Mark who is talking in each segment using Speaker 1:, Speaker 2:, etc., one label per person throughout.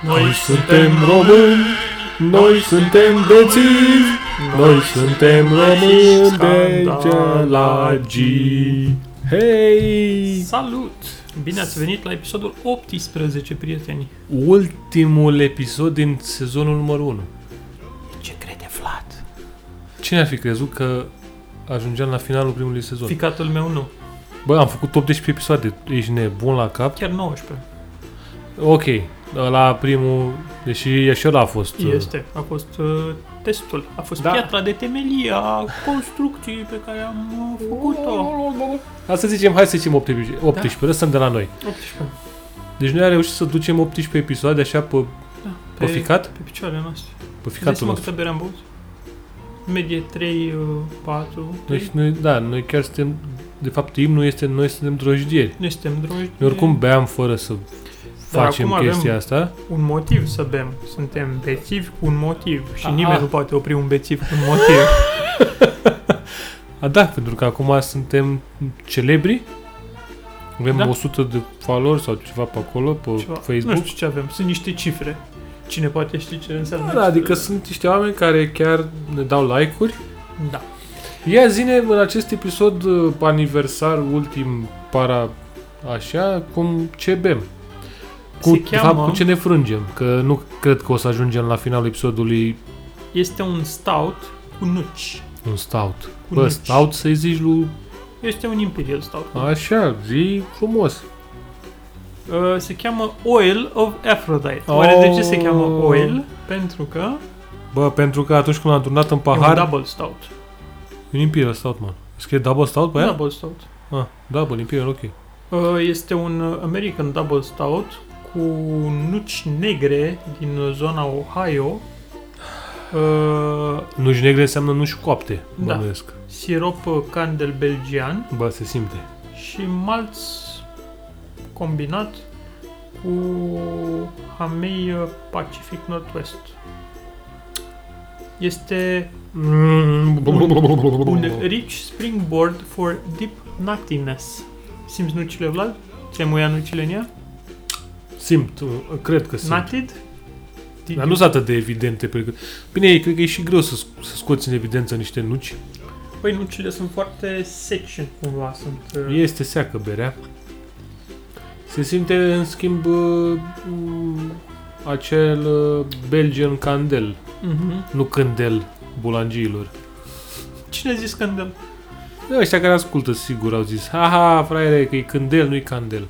Speaker 1: Noi suntem români, noi suntem bețivi, noi suntem români de gelagii. Hei!
Speaker 2: Salut! Bine ați venit la episodul 18, prieteni.
Speaker 1: Ultimul episod din sezonul numărul 1.
Speaker 2: Ce crede Vlad?
Speaker 1: Cine ar fi crezut că ajungeam la finalul primului sezon?
Speaker 2: Ficatul meu nu,
Speaker 1: Bă, am făcut 18 episoade, ești nebun la cap?
Speaker 2: chiar 19.
Speaker 1: Ok, la primul, deși e și ăla a fost... uh,
Speaker 2: Este, a fost uh, testul, a fost
Speaker 1: Da.
Speaker 2: piatra de temelie a construcției pe care am uh, făcut-o.
Speaker 1: Hai să zicem, hai să zicem 18, 18 lăsăm de la noi.
Speaker 2: 18.
Speaker 1: Deci noi am reușit să ducem 18 episoade așa pe,
Speaker 2: Da,
Speaker 1: pe ficat?
Speaker 2: Pe picioarele noastre.
Speaker 1: Pe
Speaker 2: Îți
Speaker 1: ficatul
Speaker 2: dai mă
Speaker 1: nostru.
Speaker 2: câtă bere am băut? Medie 3, uh, 4, 3.
Speaker 1: Deci noi, da, noi chiar suntem, de fapt imnul este, noi suntem drojdieri.
Speaker 2: Noi suntem drogi.
Speaker 1: Noi oricum beam fără să facem
Speaker 2: acum avem-
Speaker 1: chestia asta.
Speaker 2: un motiv să bem. Suntem bețivi cu un motiv și
Speaker 1: Aha.
Speaker 2: nimeni nu poate opri un bețiv cu un motiv.
Speaker 1: A, da, pentru că acum suntem celebri. Avem
Speaker 2: Da.
Speaker 1: 100 de valori sau ceva pe acolo, pe
Speaker 2: Ceva.
Speaker 1: Facebook.
Speaker 2: Nu știu ce avem, sunt niște cifre. Cine poate ști ce înseamnă.
Speaker 1: Da, adică sunt niște oameni care chiar ne dau like-uri.
Speaker 2: Da.
Speaker 1: Ia zine în acest episod uh, aniversar ultim para așa, cum ce bem. Cu,
Speaker 2: Se
Speaker 1: de fapt,
Speaker 2: cheamă-
Speaker 1: cu ce ne frângem, că nu cred că o să ajungem la finalul episodului
Speaker 2: Este un stout cu nuci.
Speaker 1: un stout.
Speaker 2: Cu
Speaker 1: Bă,
Speaker 2: nuci.
Speaker 1: stout să-i zici lui...
Speaker 2: Este un imperial stout.
Speaker 1: Așa, zi frumos.
Speaker 2: Uh, se cheamă Oil of Aphrodite. Oare de ce se cheamă
Speaker 1: Oh.
Speaker 2: Oil? Pentru că
Speaker 1: Bă, pentru că atunci când l-am turnat în
Speaker 2: Pahar.
Speaker 1: pahar...
Speaker 2: e un double stout.
Speaker 1: un imperial stout, mă. Scrie double stout pe aia?
Speaker 2: Double stout.
Speaker 1: Ah, double, imperial, ok.
Speaker 2: Uh, este un American double stout cu nuci negre din zona Ohio. Uh,
Speaker 1: Nuși negre înseamnă nuși coapte,
Speaker 2: Da.
Speaker 1: bănuiesc.
Speaker 2: sirop uh, candel belgian
Speaker 1: Bă, se simte.
Speaker 2: și malț combinat cu hamei uh, Pacific Northwest. Este
Speaker 1: Mm.
Speaker 2: un rich springboard for deep nuttiness. Simți nucile, Vlad? Ți-ai muia nucile în ea?
Speaker 1: Simt, uh, cred că simt.
Speaker 2: Nutted?
Speaker 1: Dar
Speaker 2: Did you-
Speaker 1: nu sunt atât de evidente. Pentru că... Bine, e- cred că e și greu să, sc- să scoți în evidență niște nuci.
Speaker 2: Păi nucile sunt foarte seci cumva, sunt... uh,
Speaker 1: Este seacă berea. Se simte, în schimb, uh, m, acel uh, Belgian candel.
Speaker 2: Mhm.
Speaker 1: Nu candel bulangiilor.
Speaker 2: Cine a zis că îndemn?
Speaker 1: Da, Ăștia care ascultă, sigur, au zis Haha, fraiere, că e candel, nu-i candel.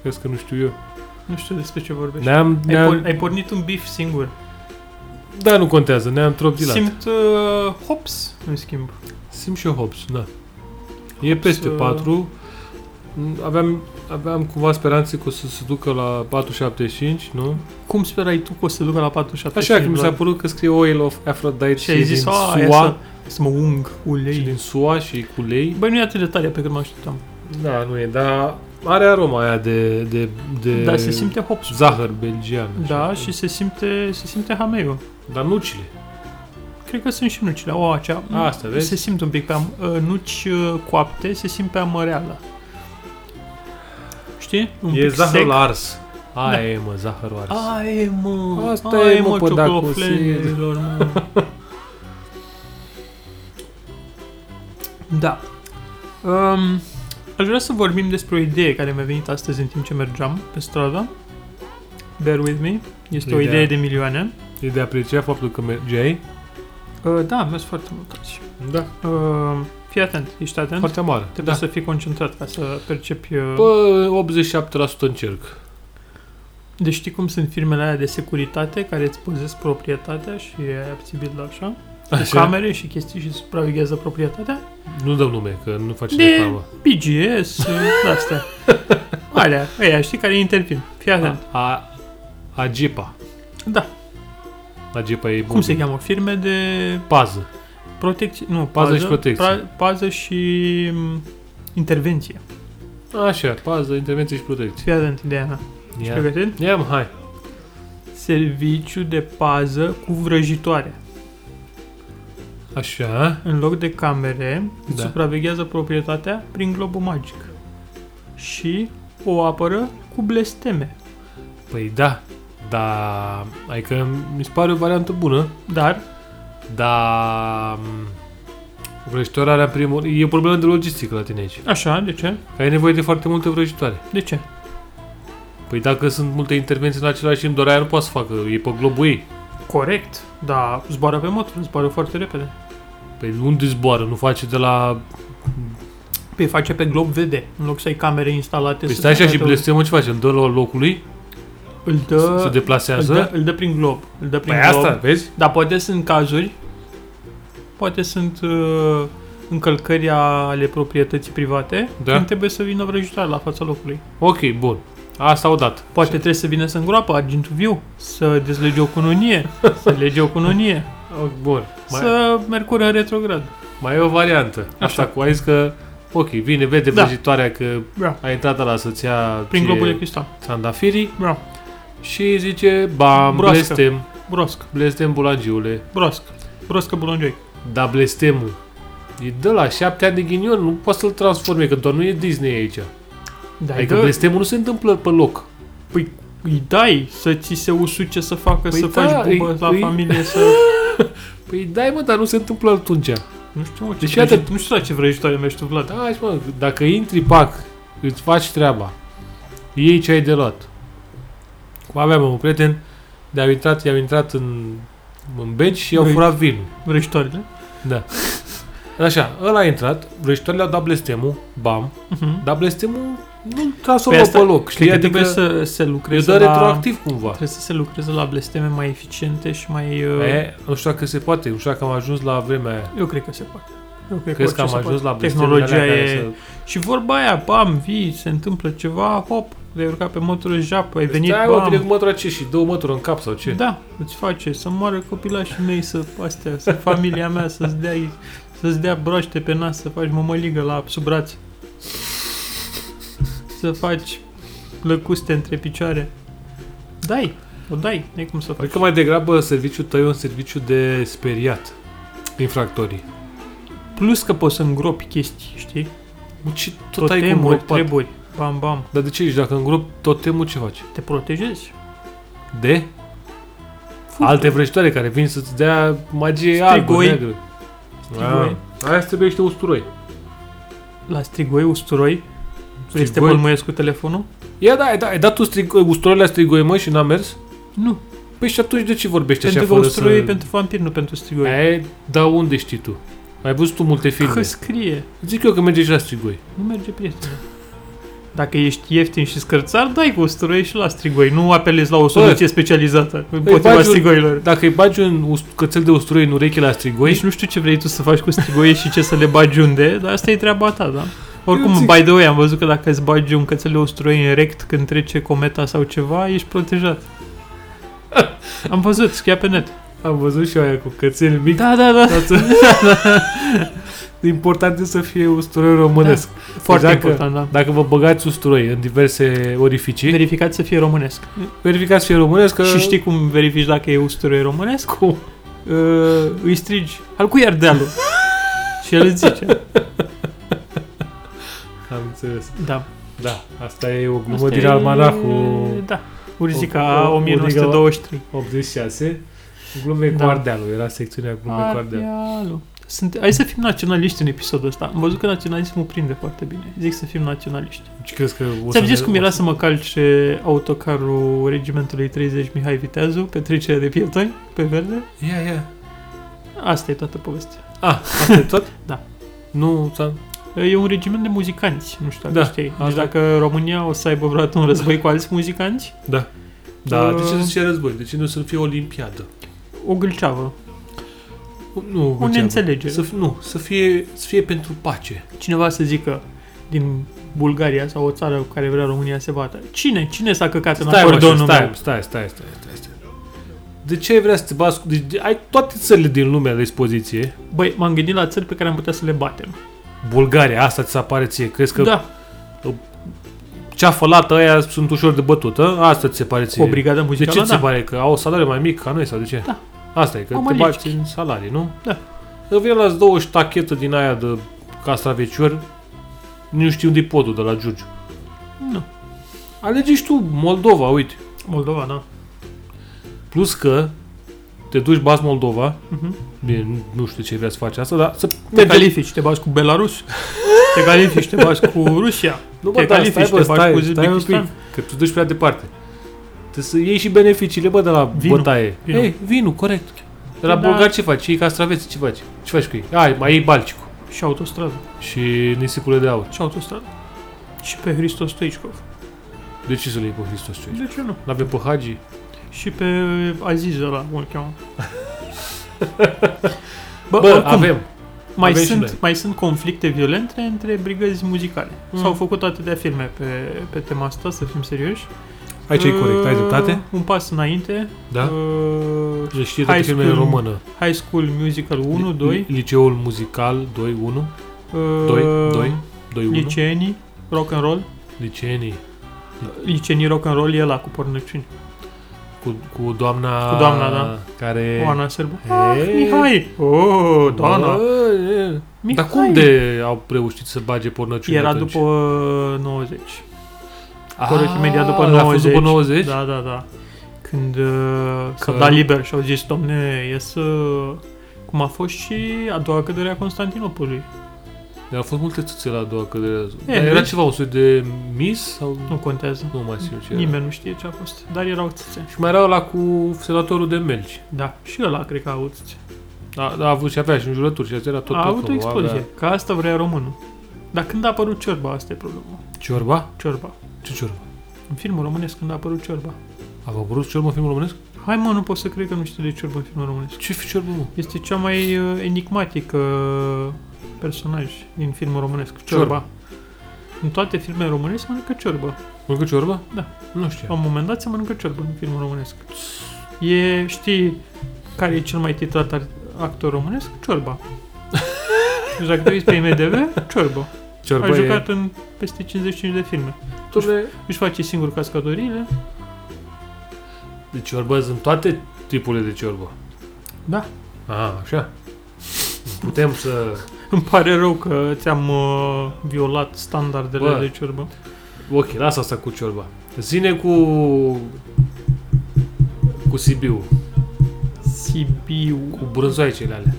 Speaker 1: Crezi că nu știu eu.
Speaker 2: Nu știu despre ce vorbești.
Speaker 1: Ne-am,
Speaker 2: Păi Ai, por-
Speaker 1: ne-am,
Speaker 2: ai pornit un beef singur.
Speaker 1: da, nu contează, ne-am tropdilat. Simt,
Speaker 2: Simt uh, hops, în schimb.
Speaker 1: Simt și eu hops, da. E peste
Speaker 2: uh,
Speaker 1: 4. Aveam, aveam cumva speranțe că o să se ducă la 4.75, nu?
Speaker 2: Cum sperai tu că o să se ducă la 47?
Speaker 1: Așa că mi s-a părut că scrie Oil of Aphrodite
Speaker 2: Și ai zis,
Speaker 1: din
Speaker 2: a, ia să,
Speaker 1: SUA,
Speaker 2: să mă ung cu
Speaker 1: și
Speaker 2: ulei.
Speaker 1: din SUA și cu lei.
Speaker 2: Băi, nu e atât de tare pe cât mă așteptam.
Speaker 1: Da, nu e, dar are aroma aia de, de, de
Speaker 2: Dar Da, se simte hops.
Speaker 1: zahăr belgian. așa.
Speaker 2: Da, și se simte, se simte hameiul.
Speaker 1: Dar nucile.
Speaker 2: Cred că sunt și nucile. O, acea.
Speaker 1: Asta, vezi?
Speaker 2: Se simt un pic pe am, uh, nuci uh, coapte, se simt pe amăreală. Știi? Un
Speaker 1: e
Speaker 2: pic
Speaker 1: zahărul
Speaker 2: sec.
Speaker 1: ars. Aia
Speaker 2: Da. Ah.
Speaker 1: e, mă, zahărul ars.
Speaker 2: Aia e, mă.
Speaker 1: Asta
Speaker 2: aia
Speaker 1: e, mă, pe dacă o să-
Speaker 2: ciocloflenilor, mă. Da. Um, aș vrea să vorbim despre o idee care mi-a venit astăzi în timp ce mergeam pe stradă. Bear with me. Este o
Speaker 1: Ideea.
Speaker 2: idee de milioane.
Speaker 1: E de apreciat faptul că mergeai.
Speaker 2: Uh, da, mi-a foarte mult azi.
Speaker 1: Da.
Speaker 2: Uh, fii atent, ești atent?
Speaker 1: Foarte amară.
Speaker 2: Trebuie
Speaker 1: Da.
Speaker 2: să fii concentrat ca să percepi... uh,
Speaker 1: Bă, 87% încerc.
Speaker 2: Deci știi cum sunt firmele alea de securitate care îți păzesc proprietatea și e abțibil la așa? Cu camere și chestii și supraveghează proprietatea?
Speaker 1: Nu dăm nume, că nu facem
Speaker 2: De-
Speaker 1: reclamă.
Speaker 2: BGS, uh, astea. Alea, ăia, știi, care intervin. Fii atent.
Speaker 1: A, a, Agepa.
Speaker 2: Da.
Speaker 1: Agepa e
Speaker 2: Cum se cheamă? Firme de
Speaker 1: Pază.
Speaker 2: protecție... Nu, pază,
Speaker 1: Pază și protecție.
Speaker 2: pra- pază și m, intervenție.
Speaker 1: Așa, pază, intervenție și protecție.
Speaker 2: Fii atent ideea mea. Ești
Speaker 1: Ia.
Speaker 2: pregătit?
Speaker 1: Ia mă, hai.
Speaker 2: Serviciu de pază cu vrăjitoare.
Speaker 1: Așa.
Speaker 2: În loc de camere, îți
Speaker 1: Da.
Speaker 2: supraveghează proprietatea prin globul magic. Și o apără cu blesteme.
Speaker 1: Păi da. Dar, adică mi se pare o variantă bună,
Speaker 2: Dar,
Speaker 1: dar m, vrăjitorarea în primul e o problemă de logistică la tine aici.
Speaker 2: așa, de ce?
Speaker 1: Că ai nevoie de foarte multe vrăjitoare.
Speaker 2: De ce?
Speaker 1: Păi dacă sunt multe intervenții în același timp, doar aia nu poate să facă, e pe globul ei.
Speaker 2: Corect, dar zboară pe motor, zboară foarte repede.
Speaker 1: Păi unde zboară? Nu face de la...
Speaker 2: Deci Păi face pe glob VD, în loc să ai camere instalate.
Speaker 1: Păi
Speaker 2: să
Speaker 1: stai
Speaker 2: se
Speaker 1: așa și
Speaker 2: arate-
Speaker 1: blestemă ce face? Îl dă la locul lui?
Speaker 2: Îl
Speaker 1: Se
Speaker 2: dă, îl
Speaker 1: deplasează?
Speaker 2: dă, îl dă prin glob. Îl dă prin
Speaker 1: Păi
Speaker 2: glob.
Speaker 1: asta, vezi?
Speaker 2: Dar poate sunt cazuri, poate sunt uh, încălcări ale proprietății private,
Speaker 1: Da.
Speaker 2: când trebuie să vină vrăjitoare la fața locului.
Speaker 1: Ok, bun. Asta odată.
Speaker 2: Poate trebuie să vină să îngroapă argintul viu, să dezlege o cununie, să lege o cununie,
Speaker 1: Ok, Bun. Mai,
Speaker 2: să mercur în retrograd.
Speaker 1: mai e o variantă. Asta
Speaker 2: Așa.
Speaker 1: cu ai zis că... Ok, vine, vede
Speaker 2: Da.
Speaker 1: vrăjitoarea că
Speaker 2: Da.
Speaker 1: a intrat la să-ți ia
Speaker 2: Prin
Speaker 1: ție
Speaker 2: globul de cristal.
Speaker 1: trandafirii
Speaker 2: Da.
Speaker 1: și zice, bam,
Speaker 2: Broască.
Speaker 1: blestem,
Speaker 2: Brosc,
Speaker 1: blestem bulangiule.
Speaker 2: brosc, broscă bulongioi.
Speaker 1: Da, blestemul. E de la șapte ani de ghinion, nu poți să-l transforme, că doar nu e Disney aici.
Speaker 2: Da,
Speaker 1: Adică blestemul nu se întâmplă pe loc.
Speaker 2: Păi îi dai să ți se usuce, să facă,
Speaker 1: Păi
Speaker 2: să
Speaker 1: da,
Speaker 2: faci bubă
Speaker 1: îi-
Speaker 2: la
Speaker 1: îi-
Speaker 2: familie, să...
Speaker 1: Păi dai mă, dar nu se întâmplă atunci.
Speaker 2: Nu știu, mă, ce
Speaker 1: Deci,
Speaker 2: deci,
Speaker 1: iată-
Speaker 2: nu știu la ce vrăjitoare mergi tu, Vlad.
Speaker 1: Da, și mă, dacă intri pac, îți faci treaba, iei ce ai de luat. Cum aveam un prieten, de-a intrat, i-am intrat în, în beci și i-au
Speaker 2: Vrei-
Speaker 1: furat vinul.
Speaker 2: Vrăjitoarele.
Speaker 1: Da. Așa, ăla a intrat, vrăjitorii le-au dat blestemul, bam,
Speaker 2: Mhm.
Speaker 1: dar blestemul nu-l transformă
Speaker 2: Păi asta-
Speaker 1: pe loc,
Speaker 2: Cred
Speaker 1: știi?
Speaker 2: că
Speaker 1: Adică
Speaker 2: trebuie să se
Speaker 1: e
Speaker 2: lucreze
Speaker 1: doar
Speaker 2: la...
Speaker 1: retroactiv cumva.
Speaker 2: Trebuie să se lucreze la blesteme mai eficiente și mai... uh,
Speaker 1: E, nu știu dacă se poate, nu știu dacă am ajuns la vremea aia.
Speaker 2: Eu cred că se poate. Eu cred
Speaker 1: Crezi că am
Speaker 2: orice se
Speaker 1: ajuns
Speaker 2: poate.
Speaker 1: la blestemele alea
Speaker 2: Tehnologia
Speaker 1: care
Speaker 2: e... Și vorba aia, bam, vii, se întâmplă ceva, hop, vei urca pe motorul japă, ai
Speaker 1: să...
Speaker 2: venit,
Speaker 1: Stai, mă, vine cu
Speaker 2: bam.
Speaker 1: mătura ce și dă o mătură în cap sau ce?
Speaker 2: Da, îți face să moară copilașii mei, să astea, să familia mea, să-ți dea, să-ți dea broaște pe nas, să faci mămăligă la sub braț. Să faci lăcuste între picioare. Dai, o dai, n-ai cum să faci.
Speaker 1: Cred că mai degrabă serviciul tău e un serviciu de speriat infractorii.
Speaker 2: Plus că poți să îngropi chestii, știi?
Speaker 1: Mă, Ce tot ai cu
Speaker 2: Totemuri,
Speaker 1: îngropat?
Speaker 2: treburi, bam, bam,
Speaker 1: Dar de ce ești? Dacă îngropi totemul, ce faci?
Speaker 2: te protejezi.
Speaker 1: De? Alte vrăjitoare care vin să-ți dea magie albă,
Speaker 2: Strigoi.
Speaker 1: neagră.
Speaker 2: Strigoi.
Speaker 1: Ah, Aia trebuie niște usturoi.
Speaker 2: La strigoi, usturoi, vrei să te
Speaker 1: Strigoi?
Speaker 2: bălmuiesc cu telefonul?
Speaker 1: Ia da, ai da, ai dat tu strigoi, usturoile la strigoi, mă, și n-a mers?
Speaker 2: Nu,
Speaker 1: Păi și atunci de ce vorbești
Speaker 2: pentru
Speaker 1: așa
Speaker 2: că
Speaker 1: fără
Speaker 2: usturoi
Speaker 1: să...
Speaker 2: e pentru vampir, nu pentru strigoi.
Speaker 1: E, da, unde știi tu? Ai văzut tu multe filme.
Speaker 2: Că scrie,
Speaker 1: Zic eu că merge și la strigoi.
Speaker 2: nu merge prietenul. Dacă ești ieftin și scărțar, dai cu usturoi și la strigoi. Nu apelezi la o soluție specializată
Speaker 1: faci
Speaker 2: împotriva
Speaker 1: Păi un- Păi-
Speaker 2: strigoilor.
Speaker 1: Dacă îi bagi un ust- cățel de usturoi în urechile la strigoi,
Speaker 2: Deci nu știu ce vrei tu să faci cu strigoi și ce să le bagi unde, dar asta e treaba ta, da? Oricum,
Speaker 1: Eu zic-
Speaker 2: by the way, am văzut că dacă îți bagi un cățel de usturoi în rect când trece cometa sau ceva, ești protejat. Am văzut, scria pe net.
Speaker 1: Am văzut și eu aia cu cățel mic. Exact.
Speaker 2: Da, da, da.
Speaker 1: Important e să fie usturoi românesc. Da.
Speaker 2: Foarte
Speaker 1: Dacă-
Speaker 2: important, da.
Speaker 1: Dacă vă băgați usturoi în diverse orificii,
Speaker 2: Verificați să fie românesc.
Speaker 1: verificați fie românesc că...
Speaker 2: Și știi cum verifici dacă e usturoi românesc?
Speaker 1: cum?
Speaker 2: Uh, îi strigi, al cui e ardealul? și el îți zice.
Speaker 1: Am înțeles.
Speaker 2: Da.
Speaker 1: Da, asta e o glumă
Speaker 2: Asta
Speaker 1: din
Speaker 2: e-
Speaker 1: Almanahul
Speaker 2: Da. Urzica
Speaker 1: o- o-
Speaker 2: 1923.
Speaker 1: 86. Glume cu
Speaker 2: Da.
Speaker 1: Ardealul. Era secțiunea glume cu Ardealul.
Speaker 2: Ardealul. Sunt, hai să fim naționaliști în episodul ăsta. Am văzut că naționalismul prinde foarte bine. Zic să fim naționaliști.
Speaker 1: Și crezi că o
Speaker 2: Ți-am
Speaker 1: ne-
Speaker 2: zis cum
Speaker 1: o
Speaker 2: era să mă calce autocarul regimentului 30 Mihai Viteazu pe trecerea de pietoni, pe verde?
Speaker 1: Ia, ia.
Speaker 2: Asta e toată povestea.
Speaker 1: Ah, asta e tot?
Speaker 2: Da.
Speaker 1: Nu, ți-am...
Speaker 2: E un regiment de muzicanți, nu știu dacă
Speaker 1: Da,
Speaker 2: da, știi. Deci
Speaker 1: asta-
Speaker 2: dacă România o să aibă vreodată un război cu alți muzicanți,
Speaker 1: Da, de ce
Speaker 2: Uh,
Speaker 1: zice război? De ce nu să fie olimpiadă?
Speaker 2: o gâlceavă,
Speaker 1: Nu,
Speaker 2: o
Speaker 1: Gulceanu.
Speaker 2: neînțelegere.
Speaker 1: Să, f- nu, să fie, să fie pentru pace.
Speaker 2: cineva să zică din Bulgaria sau o țară cu care vrea România să se bată. Cine? Cine s-a căcat în
Speaker 1: mă,
Speaker 2: acordonul
Speaker 1: și
Speaker 2: meu?
Speaker 1: stai, stai, stai, stai, stai, stai. De ce ai vrea să te bați cu... Deci, de- ai toate țările din lume la dispoziție.
Speaker 2: Băi, m-am gândit la țări pe care am putea să le batem.
Speaker 1: Bulgaria, asta ți se apare ție. Crezi că
Speaker 2: Că
Speaker 1: da.
Speaker 2: da,
Speaker 1: ceafă lată aia sunt ușor de bătută? Asta ți se pare
Speaker 2: cu
Speaker 1: ție.
Speaker 2: o brigadă
Speaker 1: de
Speaker 2: muzicală,
Speaker 1: ce ți se
Speaker 2: da.
Speaker 1: pare? Că au salariu mai mic ca noi sau de ce?
Speaker 2: Da.
Speaker 1: Asta e, că
Speaker 2: Au
Speaker 1: te
Speaker 2: mai
Speaker 1: bați în salarii, nu?
Speaker 2: Da.
Speaker 1: Că vine la două ștachetă din aia de castraveciori, nu știu unde-i podul de la Giurgiu.
Speaker 2: Nu.
Speaker 1: Alege și tu Moldova, uite.
Speaker 2: Moldova, da.
Speaker 1: Plus că te duci Bas Moldova,
Speaker 2: Uh-huh.
Speaker 1: bine, nu- nu știu ce vrea să faci asta, dar să
Speaker 2: Te
Speaker 1: mergem.
Speaker 2: califici, te bați cu Belarus, te califici, te bați cu Rusia,
Speaker 1: Nu,
Speaker 2: te
Speaker 1: dar
Speaker 2: califici, te faci cu Uzbekistan.
Speaker 1: că tu duci prea departe. Trebuie să iei și beneficiile, bă, de la
Speaker 2: Vinul.
Speaker 1: bătaie.
Speaker 2: Vinul.
Speaker 1: Ei, vinul, corect. De la
Speaker 2: Da.
Speaker 1: bulgari ce faci? Ei castraveți, ce faci? Ce faci cu ei? Ai, mai iei balcicul
Speaker 2: și autostradă.
Speaker 1: și nisipurile de aur.
Speaker 2: Și autostradă. Și pe Hristos Stoichkov. Păi
Speaker 1: De ce să le iei pe Hristos ce?
Speaker 2: De ce nu?
Speaker 1: N-avem pe Hagi?
Speaker 2: Și pe Aziz ăla, cum îl cheamă. Bă,
Speaker 1: Bă,
Speaker 2: oricum,
Speaker 1: avem.
Speaker 2: mai,
Speaker 1: avem și noi.
Speaker 2: sunt, mai sunt conflicte violente între brigăzi muzicale.
Speaker 1: Mm.
Speaker 2: S-au făcut atâtea filme pe, pe tema asta, să fim serioși.
Speaker 1: Aici e
Speaker 2: Uh,
Speaker 1: corect, ai dreptate?
Speaker 2: Un pas înainte.
Speaker 1: Da?
Speaker 2: Uh,
Speaker 1: Le știi toate
Speaker 2: High
Speaker 1: filmele în
Speaker 2: School
Speaker 1: română.
Speaker 2: High School Musical 1,
Speaker 1: Li-
Speaker 2: 2.
Speaker 1: Liceul muzical 2, 1,
Speaker 2: uh,
Speaker 1: 2, 2, 2, 1.
Speaker 2: Licenii, rock and roll.
Speaker 1: Liceenii.
Speaker 2: Licenii rock and roll e la cu pornăciuni.
Speaker 1: Cu, cu doamna...
Speaker 2: Cu doamna, da.
Speaker 1: Care...
Speaker 2: Oana Sârbu.
Speaker 1: e.
Speaker 2: Ah, Mihai! Oh, doamna!
Speaker 1: Bă, e.
Speaker 2: Mihai.
Speaker 1: Dar cum de au reușit să bage pornăciune
Speaker 2: Era
Speaker 1: atunci? Ah,
Speaker 2: după 90. Corect, imediat după
Speaker 1: a fost
Speaker 2: 90.
Speaker 1: după 90?
Speaker 2: Da, da, da. Când uh, s-a
Speaker 1: Că-
Speaker 2: dat liber și au zis, domne, ies uh, cum a fost și a doua cădere a Constantinopolului.
Speaker 1: Dar Au fost multe țâțe la a doua căderea.
Speaker 2: E,
Speaker 1: Dar era
Speaker 2: vezi?
Speaker 1: ceva, un soi de mis? Sau...
Speaker 2: Nu contează.
Speaker 1: nu mai știu ce era.
Speaker 2: Nimeni nu știe ce a fost, dar erau țâțe.
Speaker 1: Și mai era la cu senatorul de melci.
Speaker 2: Da, și ăla cred că a avut țâțe.
Speaker 1: Da, da, a avut și avea și înjurături și era tot
Speaker 2: a
Speaker 1: tot
Speaker 2: avut o
Speaker 1: acolo,
Speaker 2: explozie,
Speaker 1: avea-
Speaker 2: că asta vrea românul. Dar când a apărut ciorba, asta e problema.
Speaker 1: Ciorba?
Speaker 2: Ciorba.
Speaker 1: Ce ciorba?
Speaker 2: În filmul românesc când a apărut ciorba.
Speaker 1: A apărut ciorba în filmul românesc?
Speaker 2: Hai mă, nu pot să cred că nu știu de ciorba în filmul românesc.
Speaker 1: Ce fi ciorba, mă?
Speaker 2: Este cea mai uh, enigmatică personaj din filmul românesc,
Speaker 1: Ciorba.
Speaker 2: Ciorba. În toate filmele românești se mănâncă ciorbă.
Speaker 1: Mănâncă ciorba?
Speaker 2: Da.
Speaker 1: Nu știu.
Speaker 2: La un moment dat se mănâncă ciorbă în filmul românesc. E, știi, care e cel mai titrat ar- actor românesc? Ciorba. Deci dacă te uiți pe IMDB, Ciorba.
Speaker 1: Ciorba
Speaker 2: A
Speaker 1: e...
Speaker 2: jucat în peste 55 de filme.
Speaker 1: Dom'le,
Speaker 2: Își face singur cascadoriile.
Speaker 1: De ciorbă sunt toate tipurile de ciorbă.
Speaker 2: Da.
Speaker 1: A, așa. Putem să...
Speaker 2: Îmi pare rău că ți-am uh, violat standardele
Speaker 1: Bă.
Speaker 2: de ciorbă.
Speaker 1: Ok, lasă asta cu ciorba. Zine cu... Cu Sibiu,
Speaker 2: Sibiu.
Speaker 1: cu brânzoaicele alea.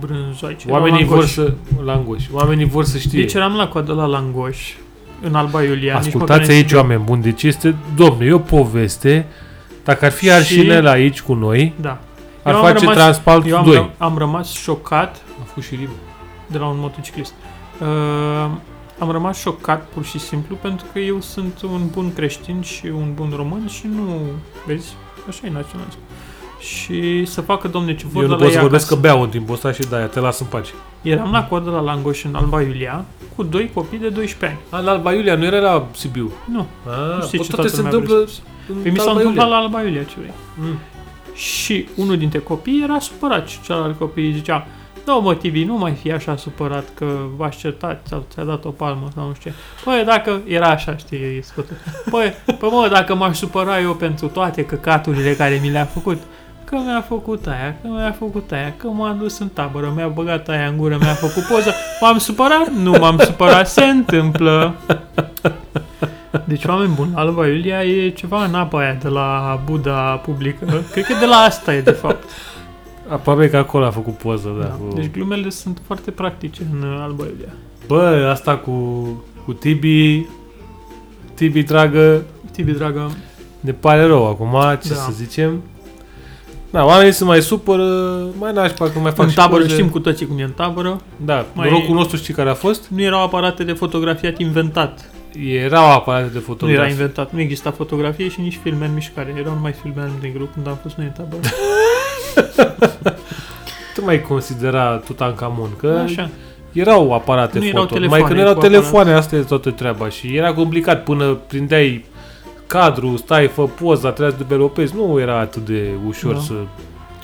Speaker 2: Brânzoaice.
Speaker 1: Oamenii
Speaker 2: Erau
Speaker 1: vor
Speaker 2: langoși.
Speaker 1: să... Langoși. Oamenii vor să știe.
Speaker 2: Deci eram la coada la Langoș, în Alba Iulia. nici măcar
Speaker 1: Ascultați
Speaker 2: nu
Speaker 1: aici,
Speaker 2: știu-
Speaker 1: oameni buni, deci este... Domne, e o poveste. Dacă ar fi
Speaker 2: Și-
Speaker 1: arșinele aici cu noi,
Speaker 2: Da.
Speaker 1: ar
Speaker 2: Eu am
Speaker 1: face
Speaker 2: rămas-
Speaker 1: transpalt
Speaker 2: Eu am,
Speaker 1: 2.
Speaker 2: ră- am rămas șocat
Speaker 1: A fost și rimă.
Speaker 2: de la un motociclist. Uh, am rămas șocat pur și simplu pentru că eu sunt un bun creștin și un bun român și nu, vezi, așa e naționalism. Și să facă, domne, ce vor
Speaker 1: Eu
Speaker 2: la
Speaker 1: nu pot
Speaker 2: ei
Speaker 1: să vorbesc că
Speaker 2: acasă.
Speaker 1: beau în timpul ăsta și de-aia te las în pace.
Speaker 2: Eram la coadă la Langoș în Alba Iulia cu doi copii de 12 ani.
Speaker 1: A, la Alba Iulia nu era la Sibiu.
Speaker 2: Nu,
Speaker 1: A,
Speaker 2: nu știu
Speaker 1: bă,
Speaker 2: ce
Speaker 1: toate
Speaker 2: toată
Speaker 1: se
Speaker 2: lumea vrea
Speaker 1: întâmplă
Speaker 2: să-
Speaker 1: în
Speaker 2: Pe Păi mi s-a
Speaker 1: Alba Iulia.
Speaker 2: întâmplat la Alba Iulia, ce vrei.
Speaker 1: Mm.
Speaker 2: Și unul dintre copii era supărat și celălalt copii îi zicea Nu mă, Tibi, nu mai fi așa supărat că v-ați certat sau ți-a dat o palmă sau nu știu ce. Păi, dacă... Era așa, știi, e scotul. Păi, păi mă, dacă m-aș supăra eu pentru toate căcaturile care mi le-a făcut, că mi-a făcut aia, că mi-a făcut aia, că m-a dus în tabără, mi-a băgat aia în gură, mi-a făcut poză, m-am supărat? Nu m-am supărat, se întâmplă. Deci, oameni buni, Alba Iulia e ceva în apa aia de la Buda publică. Cred că de la asta e, de fapt.
Speaker 1: Aproape că acolo a făcut poză, da.
Speaker 2: Da.
Speaker 1: cu-
Speaker 2: Deci glumele sunt foarte practice în uh, Alba Iulia.
Speaker 1: Bă, asta cu, cu Tibi, Tibi dragă,
Speaker 2: Tibi, dragă,
Speaker 1: ne pare rău acum, ce
Speaker 2: Da.
Speaker 1: să zicem. Da, oamenii se mai supără, mai nașpa că mai fac
Speaker 2: în
Speaker 1: și
Speaker 2: tabără
Speaker 1: poze.
Speaker 2: știm cu toții cum e în tabără.
Speaker 1: Da,
Speaker 2: Mai-
Speaker 1: norocul nostru știi care a fost?
Speaker 2: Nu erau aparate de fotografiat inventat.
Speaker 1: Erau aparate de
Speaker 2: Nu era
Speaker 1: fotografie.
Speaker 2: inventat, nu exista fotografie și nici filme în mișcare. Erau numai filme în negru când am fost noi în tabără.
Speaker 1: Tu mai considera Tutankamon, că
Speaker 2: Așa.
Speaker 1: erau aparate
Speaker 2: Nu
Speaker 1: foto.
Speaker 2: erau
Speaker 1: mai că nu
Speaker 2: telefoane
Speaker 1: erau
Speaker 2: cu
Speaker 1: telefoane, asta e toată treaba. Și era complicat până prindeai cadru, stai, fă poza, trebuia să developezi. Nu era atât de ușor
Speaker 2: Da.
Speaker 1: să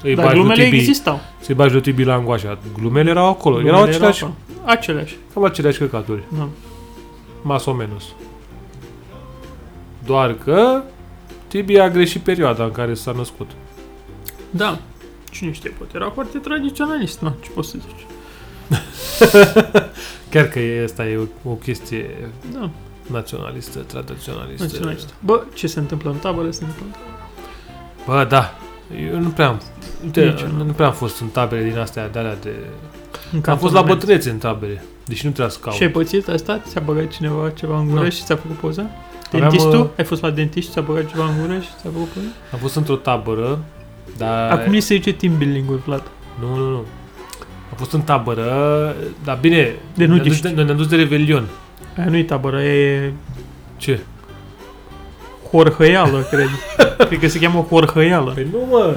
Speaker 1: îi
Speaker 2: Dar
Speaker 1: bagi lui
Speaker 2: glumele
Speaker 1: Tibi.
Speaker 2: existau.
Speaker 1: Să-i bagi lui Tibi la angoașa. Glumele erau acolo. Glumele erau
Speaker 2: Glumele
Speaker 1: aceleași,
Speaker 2: acolo. Aceleași.
Speaker 1: cam aceleași căcaturi.
Speaker 2: Da.
Speaker 1: Mas o menos. Doar că Tibi a greșit perioada în care s-a născut.
Speaker 2: Da. Cine știe, poate era foarte tradiționalist, na, ce poți să zici.
Speaker 1: Chiar că e, asta e o, o chestie
Speaker 2: Da,
Speaker 1: naționalistă, tradiționalistă.
Speaker 2: naționalist. Bă, ce se întâmplă în tabără, se întâmplă. în tabără.
Speaker 1: Bă, da. Eu nu prea am, uite,
Speaker 2: Nici eu nu.
Speaker 1: nu prea am fost în tabere din astea, de alea de...
Speaker 2: Încă
Speaker 1: Am fost la bătrânețe în tabere, deci nu trebuia să caut.
Speaker 2: Și ai pățit asta? Ți-a băgat cineva ceva în gură
Speaker 1: Nu.
Speaker 2: și ți-a făcut poza?
Speaker 1: Aveam,
Speaker 2: Dentistul?
Speaker 1: uh,
Speaker 2: Ai fost la dentist și ți-a băgat ceva în gură și ți-a făcut poza?
Speaker 1: Am fost într-o tabără, dar...
Speaker 2: Acum ni se zice team building-ul, Vlad.
Speaker 1: Nu, nu, nu. Am fost în tabără, dar bine,
Speaker 2: De
Speaker 1: ne-am dus
Speaker 2: nudiști.
Speaker 1: de, noi ne-am dus de Revelion.
Speaker 2: Aia nu-i tabără, aia e
Speaker 1: Ce?
Speaker 2: horhăială, cred. cred că se cheamă horhăială.
Speaker 1: Păi nu, mă!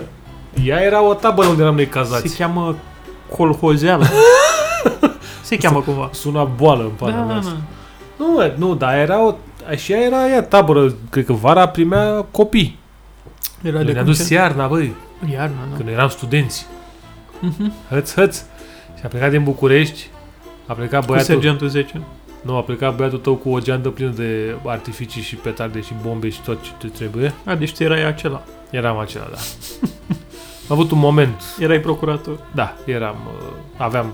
Speaker 1: Ea era o tabără unde eram noi
Speaker 2: Se
Speaker 1: cazați.
Speaker 2: cheamă colhozeală. se cheamă cumva.
Speaker 1: Suna boală în pana mea. asta.
Speaker 2: da.
Speaker 1: Nu, mă, nu, dar era o... Și ea era ea tabără, cred că vara primea copii.
Speaker 2: Era
Speaker 1: Noi
Speaker 2: de
Speaker 1: ne-am
Speaker 2: cum
Speaker 1: dus
Speaker 2: se...
Speaker 1: iarna, băi,
Speaker 2: Iarna, da.
Speaker 1: când eram studenți.
Speaker 2: Mhm.
Speaker 1: Hăț, hăț! Și a plecat din București, a plecat
Speaker 2: Cu
Speaker 1: băiatul...
Speaker 2: sergentul 10.
Speaker 1: Nu, a plecat băiatul tău cu o geantă plină de artificii și petarde și bombe și tot ce te trebuie.
Speaker 2: A, deci tu erai acela.
Speaker 1: Eram acela, da. Am avut un moment
Speaker 2: Erai procurator.
Speaker 1: Da, eram, uh, aveam,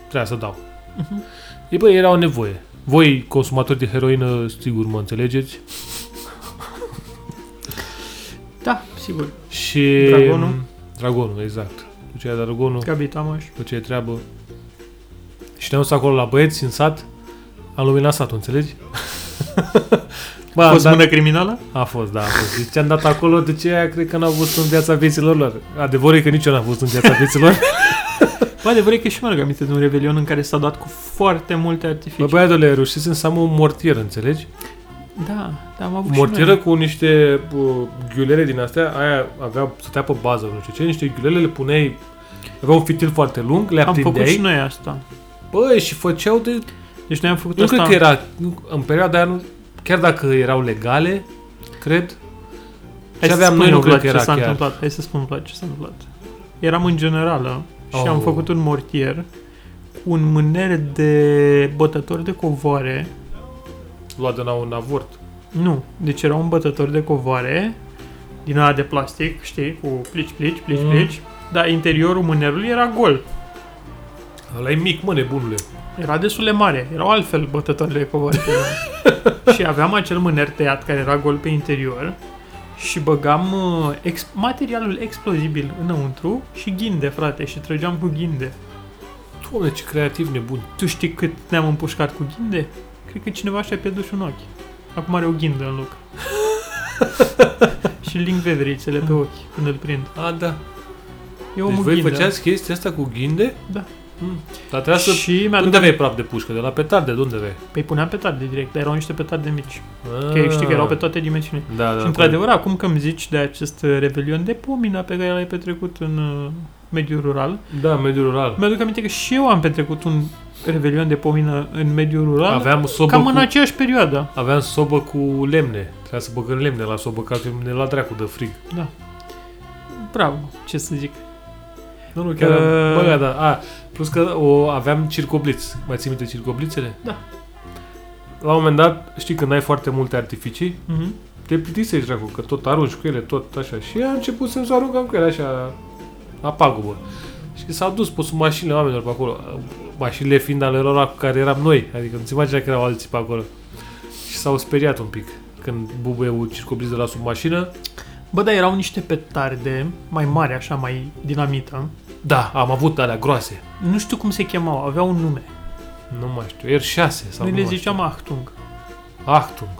Speaker 1: trebuia să dau.
Speaker 2: Mhm.
Speaker 1: E bă, era o nevoie. Voi, consumatori de heroină, sigur mă înțelegeți.
Speaker 2: Da, sigur.
Speaker 1: Și...
Speaker 2: Dragonul.
Speaker 1: Dragonul, exact. Cu ce dragonul,
Speaker 2: Gabi Tamaș.
Speaker 1: cu ce treabă. Și ne-am dus acolo la băieți, în sat. Am luminat satul, înțelegi? bă,
Speaker 2: A
Speaker 1: am
Speaker 2: fost
Speaker 1: dat...
Speaker 2: mână criminală?
Speaker 1: A fost, da, a fost. Deci am dat acolo, de ce aia cred că n-au fost în viața vieților lor. Adevărul e că nici eu n-am fost în viața vieților.
Speaker 2: Bă, adevărat e că și mă rog aminte de un revelion în care s-a dat cu foarte multe artificii.
Speaker 1: bă, băiatule, reușisem să am un mortier, înțelegi?
Speaker 2: Da, da, am avut și
Speaker 1: Mortieră
Speaker 2: noi.
Speaker 1: cu niște uh, ghiulele din astea, aia avea, stătea pe bază, nu știu ce, niște ghiulele le puneai, avea un fitil foarte lung, le
Speaker 2: Am făcut și
Speaker 1: aprindeai,
Speaker 2: noi asta.
Speaker 1: băi, și făceau de...
Speaker 2: Deci noi am făcut
Speaker 1: Nu
Speaker 2: asta.
Speaker 1: cred că era, nu- în perioada aia, nu, chiar dacă erau legale, cred, ce
Speaker 2: Hai să
Speaker 1: aveam
Speaker 2: spun
Speaker 1: noi
Speaker 2: eu,
Speaker 1: nu cred
Speaker 2: Vlad,
Speaker 1: că
Speaker 2: ce
Speaker 1: era
Speaker 2: s-a
Speaker 1: chiar.
Speaker 2: întâmplat. Hai să spun, Vlad, ce s-a întâmplat. Eram în generală și am
Speaker 1: Oh.
Speaker 2: făcut un mortier cu un mâner de bătător de covoare.
Speaker 1: Luat de la un avort.
Speaker 2: Nu, deci era un bătător de covoare din ala de plastic, știi, cu plici, plici, plici,
Speaker 1: Mm.
Speaker 2: plici. Dar interiorul mânerului era gol.
Speaker 1: Ăla e mic, mă, nebunule.
Speaker 2: Era destul de mare, erau altfel bătătoarele de covoare. și aveam acel mâner tăiat care era gol pe interior și băgam uh, ex- materialul explozibil înăuntru și ghinde, frate, și trăgeam cu ghinde.
Speaker 1: Doamne, ce creativ nebun.
Speaker 2: Tu știi cât ne-am împușcat cu ghinde? Cred că cineva și-a pierdut și un ochi. Acum are o ghindă în loc. și ling veverițele pe ochi când îl prind.
Speaker 1: A, da.
Speaker 2: E
Speaker 1: Deci
Speaker 2: omul
Speaker 1: voi
Speaker 2: ghindă.
Speaker 1: făceați chestia asta cu ghinde?
Speaker 2: Da.
Speaker 1: Mm. Dar trebuia să...
Speaker 2: Și mi-a
Speaker 1: Unde
Speaker 2: dat...
Speaker 1: aveai praf de pușcă? De la petarde, de unde aveai?
Speaker 2: Păi puneam petarde direct, dar erau niște petarde mici. Că
Speaker 1: Ah.
Speaker 2: știi că erau pe toate dimensiunile.
Speaker 1: Da, da.
Speaker 2: Și
Speaker 1: da.
Speaker 2: într-adevăr, acum că îmi zici de acest uh, revelion de pomina pe care l-ai petrecut în uh, mediul rural,
Speaker 1: Da, mediul rural.
Speaker 2: mi-aduc aminte că și eu am petrecut un revelion de pomină în mediul rural,
Speaker 1: Aveam sobă,
Speaker 2: cam
Speaker 1: cu,
Speaker 2: în aceeași perioadă.
Speaker 1: aveam sobă cu lemne. Trebuia să băgăm lemne la sobă, că altfel ne la dracu de frig.
Speaker 2: Bravo, ce să zic.
Speaker 1: Nu, nu, chiar
Speaker 2: Că-
Speaker 1: am- Bă, da, a, plus că o, aveam circobliț. Mai ții minte circoblițele?
Speaker 2: Da.
Speaker 1: La un moment dat, știi, când ai foarte multe artificii,
Speaker 2: Mhm.
Speaker 1: te plictisești dracu, că tot arunci cu ele, tot așa. Și a început să-mi aruncăm cu ele așa, la pagubă. Și s-au dus pe sub mașinile oamenilor pe acolo. Mașinile fiind ale lor cu care eram noi. Adică nu-ți imagina că erau alții pe acolo. Și s-au speriat un pic când bubuie un circobliț de la sub mașină.
Speaker 2: Bă, dar erau niște petarde mai mari, așa, mai dinamită.
Speaker 1: Da, am avut alea groase.
Speaker 2: Nu știu cum se chemau, aveau un nume.
Speaker 1: Nu mai știu, R6 sau
Speaker 2: Noi
Speaker 1: nu
Speaker 2: le
Speaker 1: mai
Speaker 2: ziceam
Speaker 1: știu.
Speaker 2: Achtung,
Speaker 1: Achtung.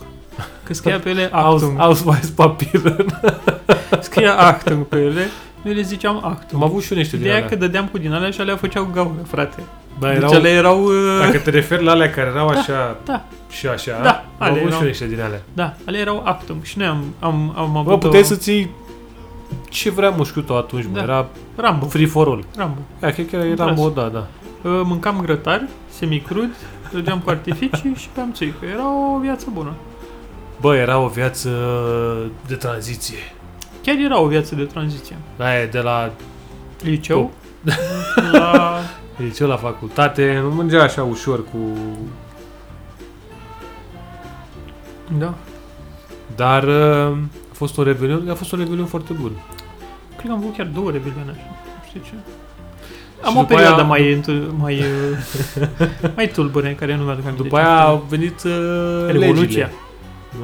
Speaker 2: că scria pe ele
Speaker 1: Aus-
Speaker 2: Achtung.
Speaker 1: Ausweis Papier.
Speaker 2: Scria Achtung pe ele, noi le ziceam Achtung.
Speaker 1: Am avut și eu niște din
Speaker 2: Ideea
Speaker 1: alea.
Speaker 2: că dădeam cu din alea și alea făceau gaură, frate.
Speaker 1: Da,
Speaker 2: Deci
Speaker 1: erau,
Speaker 2: ale erau... uh,
Speaker 1: Dacă te referi la alea care erau așa
Speaker 2: da.
Speaker 1: și așa,
Speaker 2: Da,
Speaker 1: am
Speaker 2: ale
Speaker 1: avut și
Speaker 2: erau.
Speaker 1: eu niște din alea.
Speaker 2: Da, ale erau Actum și noi am, am, am avut
Speaker 1: Bă, puteai
Speaker 2: o...
Speaker 1: să ții ce vrea mușchiul tău atunci, mă.
Speaker 2: Da.
Speaker 1: Era
Speaker 2: Rambo,
Speaker 1: free for all.
Speaker 2: Rambo.
Speaker 1: Da, cred că era
Speaker 2: Impresiv.
Speaker 1: moda, da.
Speaker 2: Uh, Mâncam grătar, semicrud, trăgeam cu artificii și pe țuică. Era o viață bună.
Speaker 1: Bă, era o viață de tranziție.
Speaker 2: Chiar era o viață de tranziție.
Speaker 1: Da, e de la
Speaker 2: Liceu, la...
Speaker 1: liceu la facultate, nu mergea așa ușor cu...
Speaker 2: Da.
Speaker 1: Dar uh, a fost un revelion, a fost un revelion foarte bun.
Speaker 2: Deci Cred că am avut chiar două rebelioane așa. Nu știu ce.
Speaker 1: Și
Speaker 2: Am o
Speaker 1: după
Speaker 2: perioadă
Speaker 1: aia-
Speaker 2: mai, întu- mai, uh, mai tulbure în care nu mi-aduc aminte.
Speaker 1: După
Speaker 2: ce
Speaker 1: aia
Speaker 2: am
Speaker 1: a
Speaker 2: făcut.
Speaker 1: venit uh,
Speaker 2: Revoluția.
Speaker 1: legile.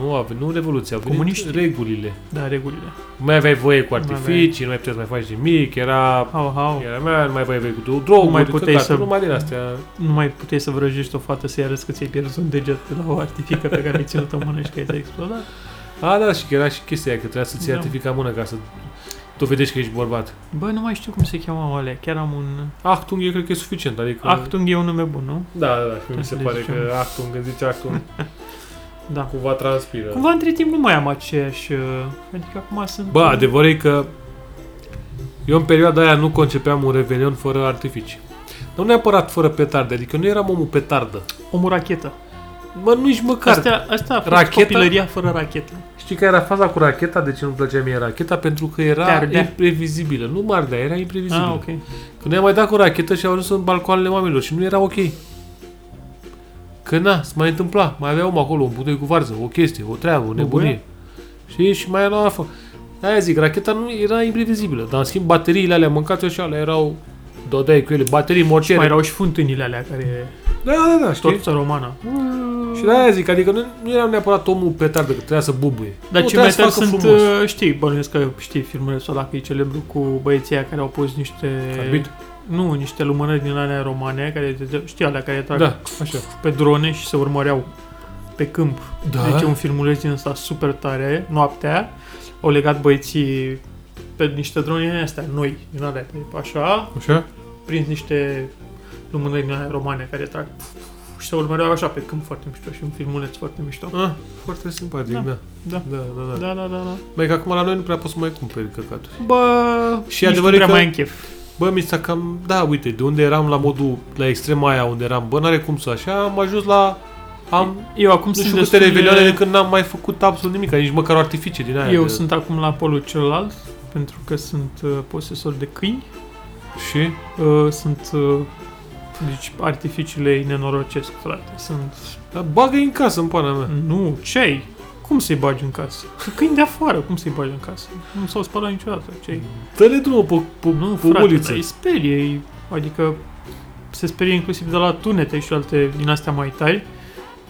Speaker 1: Nu, a venit, nu revoluția, au venit
Speaker 2: Comuniștii.
Speaker 1: regulile.
Speaker 2: Da, regulile.
Speaker 1: Nu mai aveai voie cu
Speaker 2: Nu mai
Speaker 1: artificii, nu mai puteai să mai faci nimic, era...
Speaker 2: Hau, hau.
Speaker 1: Era mea, nu mai aveai voie cu droguri,
Speaker 2: mai
Speaker 1: cu
Speaker 2: puteai
Speaker 1: căcatul,
Speaker 2: să-
Speaker 1: Numai din astea.
Speaker 2: Nu mai puteai să vrăjești o fată să-i arăți că ți-ai pierdut un deget de la o artifică pe care ai ținut-o în mână și că ai explodat.
Speaker 1: A, da, și că era și chestia aia, că trebuia să-ți
Speaker 2: Da.
Speaker 1: certifica mână ca să dovedești că ești bărbat.
Speaker 2: Bă, nu mai știu cum se cheamau alea. Chiar am un... uh,
Speaker 1: Achtung, eu cred că e suficient, adică...
Speaker 2: Actung e un nume bun, nu?
Speaker 1: Da, da, da, și mi se
Speaker 2: Le
Speaker 1: pare
Speaker 2: zicem.
Speaker 1: că Achtung, când zice Achtung,
Speaker 2: Da.
Speaker 1: cumva transpiră.
Speaker 2: Cumva între timp nu mai am aceeași... uh, Adică acum sunt...
Speaker 1: Bă, adevărul e că eu în perioada aia nu concepeam un revelion fără artificii. Dar nu neapărat fără petarde, adică nu eram omul petardă.
Speaker 2: uh, Omul rachetă.
Speaker 1: Bă, nu nici măcar.
Speaker 2: Asta, asta a fost
Speaker 1: Rachetă?
Speaker 2: copilăria fără rachetă.
Speaker 1: Știi că era faza cu racheta? De ce nu plăcea mie racheta? Pentru că
Speaker 2: Te
Speaker 1: era
Speaker 2: ardea.
Speaker 1: imprevizibilă. Nu mă ardea, era imprevizibilă.
Speaker 2: Da, Ah, ok.
Speaker 1: Că ne-am mai dat cu rachetă și au ajuns în balcoanele oamenilor și nu era ok. Că na, se mai întâmpla. Mai avea om acolo, un butoi cu varză, o chestie, o treabă, o
Speaker 2: buia?
Speaker 1: nebunie. Și și mai era afă. Aia zic, racheta nu era imprevizibilă, dar în schimb bateriile alea mâncate și alea erau dădeai cu ele, baterii mortiere.
Speaker 2: Mai erau și fântânile alea care...
Speaker 1: Da, da, da, știi?
Speaker 2: Torța romană.
Speaker 1: Și de aia zic, adică nu, nu eram neapărat omul petardă, că trebuia să bubuie.
Speaker 2: Dar
Speaker 1: nu,
Speaker 2: ce
Speaker 1: trebuia
Speaker 2: mai
Speaker 1: să
Speaker 2: tare
Speaker 1: facă
Speaker 2: sunt,
Speaker 1: frumos.
Speaker 2: uh, știi, bănuiesc că știi filmul ăsta, dacă e celebru cu băieții aia care au pus niște...
Speaker 1: Arbit?
Speaker 2: Nu, niște lumânări din alea romane, care, știi, alea care trag
Speaker 1: Da, așa.
Speaker 2: pe drone și se urmăreau pe câmp.
Speaker 1: Da?
Speaker 2: Deci e un filmuleț din ăsta super tare, noaptea, au legat băieții pe niște drone din astea, noi, din alea, de- așa,
Speaker 1: Așa?
Speaker 2: prins niște lumânări din alea romane care trag și se urmăreau așa pe câmp foarte mișto și un filmuleț foarte mișto.
Speaker 1: Ah, foarte simpatic,
Speaker 2: Da.
Speaker 1: da. Da,
Speaker 2: Da.
Speaker 1: da, da. da.
Speaker 2: Da, da, da, da.
Speaker 1: Mai că acum la noi nu prea poți să mai cumperi căcaturi.
Speaker 2: Bă,
Speaker 1: Și
Speaker 2: nici nu
Speaker 1: adevărul e
Speaker 2: prea
Speaker 1: că-
Speaker 2: mai închef.
Speaker 1: Bă, mi s-a cam... Da, uite, de unde eram la modul, la extrema aia unde eram, bă, n-are cum să așa, am ajuns la... Am
Speaker 2: Eu acum
Speaker 1: nu
Speaker 2: Păi, sunt
Speaker 1: știu câte
Speaker 2: destul de-
Speaker 1: revelioane de când n-am mai făcut absolut nimic, nici măcar o artificie din aia.
Speaker 2: Eu
Speaker 1: de...
Speaker 2: sunt acum la polul celălalt, pentru că sunt uh, posesor de câini.
Speaker 1: Și?
Speaker 2: Uh, sunt... Uh, deci artificiile îi nenorocesc, frate. Sunt...
Speaker 1: Dar bagă-i în casă, în pana mea.
Speaker 2: Nu, ce ai? Cum să-i bagi în casă? Sunt câini de afară, cum să-i bagi în casă? Nu s-au spălat niciodată, ce
Speaker 1: Dă-le drumul pe, pe,
Speaker 2: Nu,
Speaker 1: pe
Speaker 2: frate,
Speaker 1: uliță.
Speaker 2: dar îi sperie, îi, adică se sperie inclusiv de la tunete și alte din astea mai tari.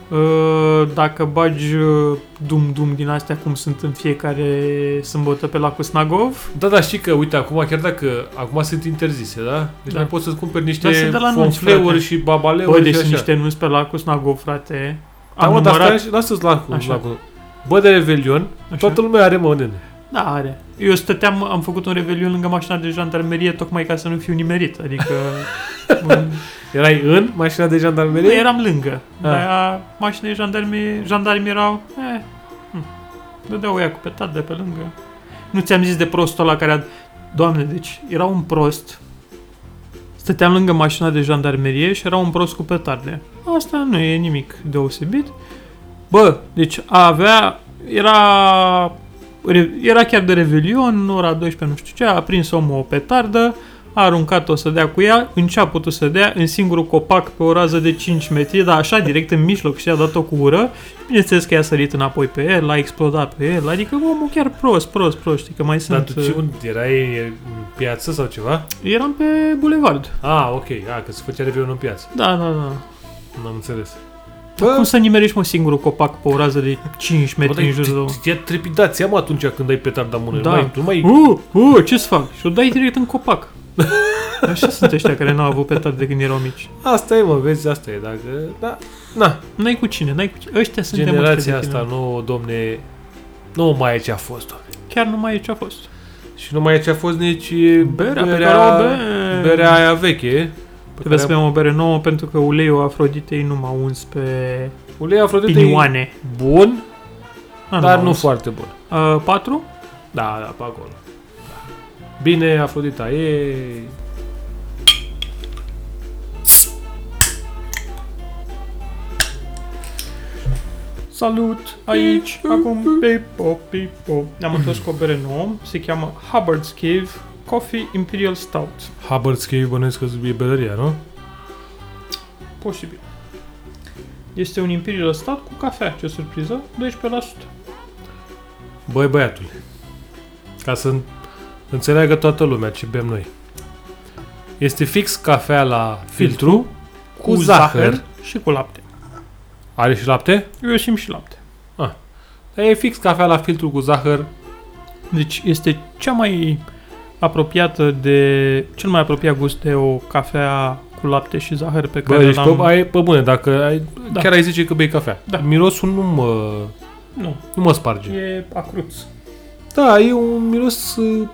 Speaker 2: Uh, Dacă bagi uh, dum-dum din astea cum sunt în fiecare sâmbătă pe lacul Snagov,
Speaker 1: Da, da, știi că, uite, acum, chiar dacă acum sunt interzise, da? Deci
Speaker 2: Da.
Speaker 1: da. mai poți să-ți cumperi
Speaker 2: Dar
Speaker 1: niște
Speaker 2: sunt de la anunț, frate.
Speaker 1: fonfleuri și
Speaker 2: bă,
Speaker 1: babaleuri
Speaker 2: deci
Speaker 1: și așa.
Speaker 2: sunt niște nunți pe lacul Snagov, frate.
Speaker 1: Da,
Speaker 2: Am
Speaker 1: mă, dar
Speaker 2: numărat...
Speaker 1: stai, lasă-ți la
Speaker 2: Așa.
Speaker 1: acolo. Bă, de Revelion,
Speaker 2: Așa.
Speaker 1: toată lumea are, mă, nene.
Speaker 2: Da, are. Eu stăteam, am făcut un revelion lângă mașina de jandarmerie tocmai ca să nu fiu nimerit, adică... bun,
Speaker 1: Erai în mașina de jandarmerie?
Speaker 2: Nu, eram lângă.
Speaker 1: Ah.
Speaker 2: Dar mașina de jandarmi, jandarmi erau... Eh, hm, dădeau ea cu petat de pe lângă. Nu ți-am zis de prostul ăla care a... Doamne, deci era un prost. Stăteam lângă mașina de jandarmerie și era un prost cu petarde. Asta nu e nimic deosebit. Bă, deci a avea... Era... re- Era chiar de Revelion, ora 12, nu știu ce, a prins omul o petardă, a aruncat-o să dea cu ea, în ce a putut să dea, în singurul copac pe o rază de 5 metri, dar așa, direct în mijloc și a dat-o cu ură. Bineînțeles că i-a sărit înapoi pe el, a explodat pe el, adică omul chiar prost, prost, prost, știi că mai
Speaker 1: Dar
Speaker 2: sunt... uh,
Speaker 1: tu ce, unde erai în piață sau ceva?
Speaker 2: Eram pe bulevard.
Speaker 1: Ah, ok, a, că se făcea revelion în piață.
Speaker 2: Da, da, da.
Speaker 1: Nu am înțeles.
Speaker 2: Cum să nimerești, mă, singurul copac pe o rază de 5
Speaker 1: bă,
Speaker 2: metri în jur de om?
Speaker 1: dar e trepidat seama atunci când ai petarda în mână.
Speaker 2: Da.
Speaker 1: Da. Nu mai, nu mai
Speaker 2: Uh, uh, ce să fac? Și o dai direct în copac. Așa sunt ăștia care n-au avut petarde de când erau mici.
Speaker 1: Asta e, mă, vezi, asta e. Dacă, da, na,
Speaker 2: N-ai cu cine, n-ai cu cine. Ăștia sunt
Speaker 1: generația asta nouă, domne, nu mai e ce a fost, domne.
Speaker 2: Chiar nu mai e ce a fost.
Speaker 1: Și nu mai e ce a fost nici uh,
Speaker 2: Berea, pe care o bem.
Speaker 1: berea aia veche. Păi, Pe
Speaker 2: Trebuie să
Speaker 1: care
Speaker 2: bem o bere nouă pentru că uleiul Afroditei nu m-a uns pe
Speaker 1: ulei afrodite e
Speaker 2: pinioane.
Speaker 1: bun,
Speaker 2: Da,
Speaker 1: dar
Speaker 2: m-a
Speaker 1: nu
Speaker 2: uns.
Speaker 1: foarte bun.
Speaker 2: Uh, patru?
Speaker 1: Da, da, pe acolo. Bine, Afrodita, e...
Speaker 2: Salut, aici, acum, pipo, pipo. Ne-am întors cu o bere nouă, se cheamă Hubbard's Cave Coffee Imperial Stout.
Speaker 1: Hubbard's Cave bănuiesc că e berăria, nu?
Speaker 2: Posibil. Este un Imperial Stout cu cafea, ce surpriză, 12%.
Speaker 1: Băi, băiatule, ca să în- înțeleagă toată lumea ce bem noi. Este fix cafea la filtru, cu zahăr.
Speaker 2: și cu lapte.
Speaker 1: Are și lapte?
Speaker 2: Eu simt și lapte.
Speaker 1: Dar e fix cafea la filtru cu zahăr.
Speaker 2: Deci este cea mai apropiată de... cel mai apropiat gust de o cafea cu lapte și zahăr pe
Speaker 1: Bă,
Speaker 2: care
Speaker 1: deci
Speaker 2: l-am...
Speaker 1: pe, ai, pe bune, dacă ai,
Speaker 2: Da.
Speaker 1: chiar ai zice că bei cafea.
Speaker 2: Da.
Speaker 1: Mirosul nu mă,
Speaker 2: Nu,
Speaker 1: nu mă sparge.
Speaker 2: e acruț.
Speaker 1: Da, e un miros uh,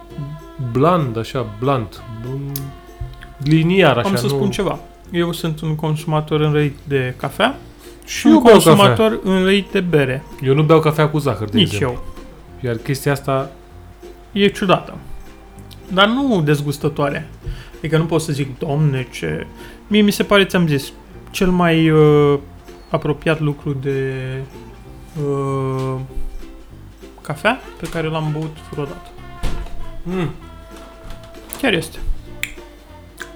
Speaker 1: bland, așa, bland. bun- Liniar, așa,
Speaker 2: Am să
Speaker 1: nu...
Speaker 2: spun ceva. Eu sunt un consumator înrăit de cafea și
Speaker 1: eu
Speaker 2: un
Speaker 1: beau cafea.
Speaker 2: consumator înrăit de bere.
Speaker 1: Eu nu beau cafea cu zahăr, de
Speaker 2: Nici
Speaker 1: exemplu.
Speaker 2: eu.
Speaker 1: Iar chestia asta...
Speaker 2: E ciudată. Dar nu dezgustătoare. Adică nu pot să zic, domne, ce... Mie mi se pare, ți-am zis, cel mai uh, apropiat lucru de uh, cafea pe care l-am băut vreodată.
Speaker 1: Mm,
Speaker 2: Chiar este.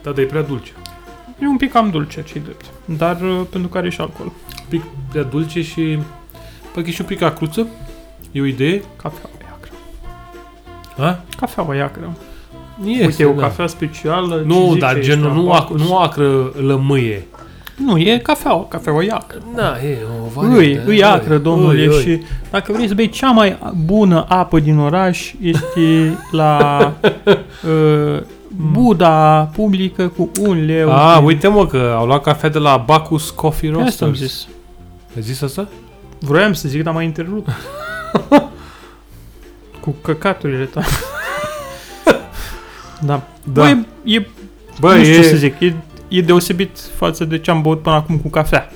Speaker 1: da, dar e prea dulce.
Speaker 2: E un pic cam dulce, ce drept. Dar uh, pentru că are și alcool.
Speaker 1: Un pic prea dulce și... Păi că e și un pic acruță. E o idee.
Speaker 2: Cafeaua e acră.
Speaker 1: Ha?
Speaker 2: Cafeaua e acră.
Speaker 1: Este,
Speaker 2: Uite, e o
Speaker 1: da.
Speaker 2: cafea specială. ce
Speaker 1: Nu,
Speaker 2: zice
Speaker 1: dar
Speaker 2: aici,
Speaker 1: genul nu,
Speaker 2: acolo?
Speaker 1: ac- nu acră lămâie.
Speaker 2: Nu, e cafeaua. Cafeaua e acră.
Speaker 1: Da, e o
Speaker 2: Îi, îi acră, domnule, și dacă vrei să bei cea mai bună apă din oraș, este la uh, Buda publică cu un leu.
Speaker 1: Hmm. A, uite mă că au luat cafea de la Bacchus Coffee
Speaker 2: Pe
Speaker 1: Roasters.
Speaker 2: Asta am zis.
Speaker 1: Ai zis asta?
Speaker 2: Vroiam să zic, dar m-ai întrerupt. cu căcaturile tale. da.
Speaker 1: Da.
Speaker 2: Bă, e, e,
Speaker 1: Bă,
Speaker 2: nu știu
Speaker 1: e...
Speaker 2: ce să zic, e, e deosebit față de ce am băut până acum cu cafea.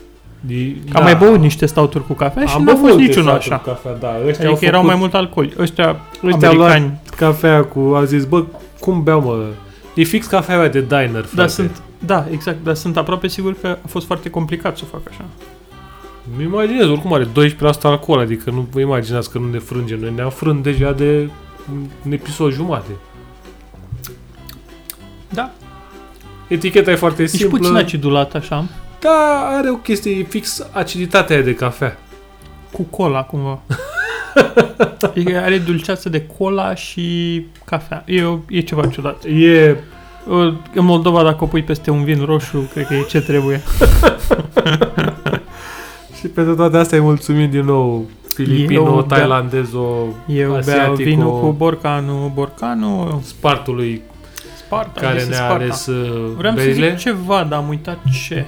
Speaker 1: e-
Speaker 2: Am mai băut niște stauturi cu cafea Păi și n-a fost
Speaker 1: Da. băut
Speaker 2: niciunul
Speaker 1: deci
Speaker 2: așa.
Speaker 1: altul Cafea, da. Ăștia
Speaker 2: Adică
Speaker 1: au
Speaker 2: erau
Speaker 1: făcut
Speaker 2: mai mult alcooli. Ăștia,
Speaker 1: Ăștia
Speaker 2: ăștia
Speaker 1: au luat
Speaker 2: americani,
Speaker 1: cafea cu... Au zis, bă, cum beau, mă? E fix cafeaua de diner, frate.
Speaker 2: Dar sunt, da, exact, dar sunt aproape sigur că a fost foarte complicat să o fac așa.
Speaker 1: Mi imaginez, oricum are 12% alcool, adică nu vă imaginați că nu ne frângem. Noi ne-am frânt deja de un- un episod jumate.
Speaker 2: Da.
Speaker 1: Eticheta e foarte
Speaker 2: Ești
Speaker 1: simplă.
Speaker 2: puțin acidulat așa,
Speaker 1: Da, are o chestie e fix aciditatea aia de cafea.
Speaker 2: cu cola cumva. Adică are dulceață de cola și cafea. E, o- e ceva ciudat.
Speaker 1: E...
Speaker 2: Uh, În Moldova, dacă o pui peste un vin roșu, cred că e ce trebuie.
Speaker 1: Și pentru toate astea îi mulțumim din nou filipino,
Speaker 2: Eu, da.
Speaker 1: tailandezo,
Speaker 2: Eu beau
Speaker 1: Asiatico.
Speaker 2: vinul cu borcanul, borcanul,
Speaker 1: spartului
Speaker 2: Sparta,
Speaker 1: care
Speaker 2: this is
Speaker 1: ne-a
Speaker 2: Sparta.
Speaker 1: ales
Speaker 2: Vreau să
Speaker 1: berile
Speaker 2: zic ceva, dar am uitat ce.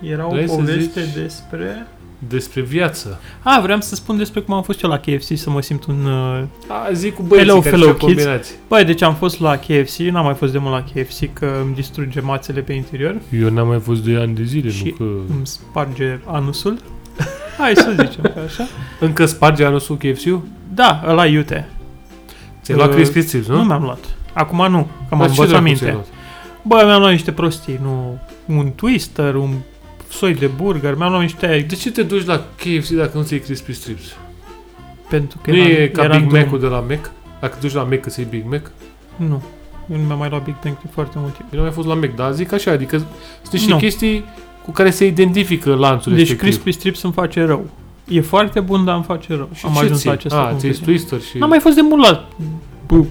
Speaker 2: Era o
Speaker 1: Vrei să
Speaker 2: poveste
Speaker 1: zici?
Speaker 2: despre...
Speaker 1: despre viață.
Speaker 2: A, Ah, vreau să spun despre cum am fost eu la KFC să mă simt un uh,
Speaker 1: A, zic cu băieții
Speaker 2: Hello,
Speaker 1: care
Speaker 2: fellow
Speaker 1: și-au
Speaker 2: kids.
Speaker 1: combinați.
Speaker 2: Băi, deci am fost la KFC, n-am mai fost de mult la KFC că îmi distruge mațele pe interior,
Speaker 1: Eu n-am mai fost 2 ani de zile,
Speaker 2: Și-
Speaker 1: nu că...
Speaker 2: îmi sparge anusul. Hai să zicem că așa.
Speaker 1: Încă sparge anusul KFC-ul?
Speaker 2: Da, ăla iute.
Speaker 1: Ți-ai luat
Speaker 2: Uh,
Speaker 1: Crispy Strips, nu?
Speaker 2: Nu, mi-am luat. Acum nu, că m-am
Speaker 1: Dar ce dracu
Speaker 2: învățat
Speaker 1: ți-ai
Speaker 2: minte.
Speaker 1: luat?
Speaker 2: Bă, mi-am luat niște prostii, nu... Un twister, un soi de burger, mi-am luat niște...
Speaker 1: Păi De ce te duci la KFC dacă nu ți-ai Crispy Strips?
Speaker 2: Pentru că
Speaker 1: nu
Speaker 2: eram,
Speaker 1: e ca
Speaker 2: eram
Speaker 1: Big
Speaker 2: drum.
Speaker 1: Mac-ul da. de la Mac? Dacă te duci la Mac că ți Big Mac?
Speaker 2: Nu, eu nu mi-am mai luat Big Bang de foarte mult timp.
Speaker 1: Eu n-am mai fost la Mac, dar zic așa, adică sunt niște
Speaker 2: Nu.
Speaker 1: chestii cu care se identifică lanțul
Speaker 2: Deci
Speaker 1: respectiv.
Speaker 2: Crispy Strips îmi face rău. E foarte bun, dar îmi face rău.
Speaker 1: Și
Speaker 2: am
Speaker 1: ce Ah,
Speaker 2: ajuns
Speaker 1: ții?
Speaker 2: la acest
Speaker 1: A,
Speaker 2: concluzie.
Speaker 1: ți Twister și...
Speaker 2: N-am mai fost de mult la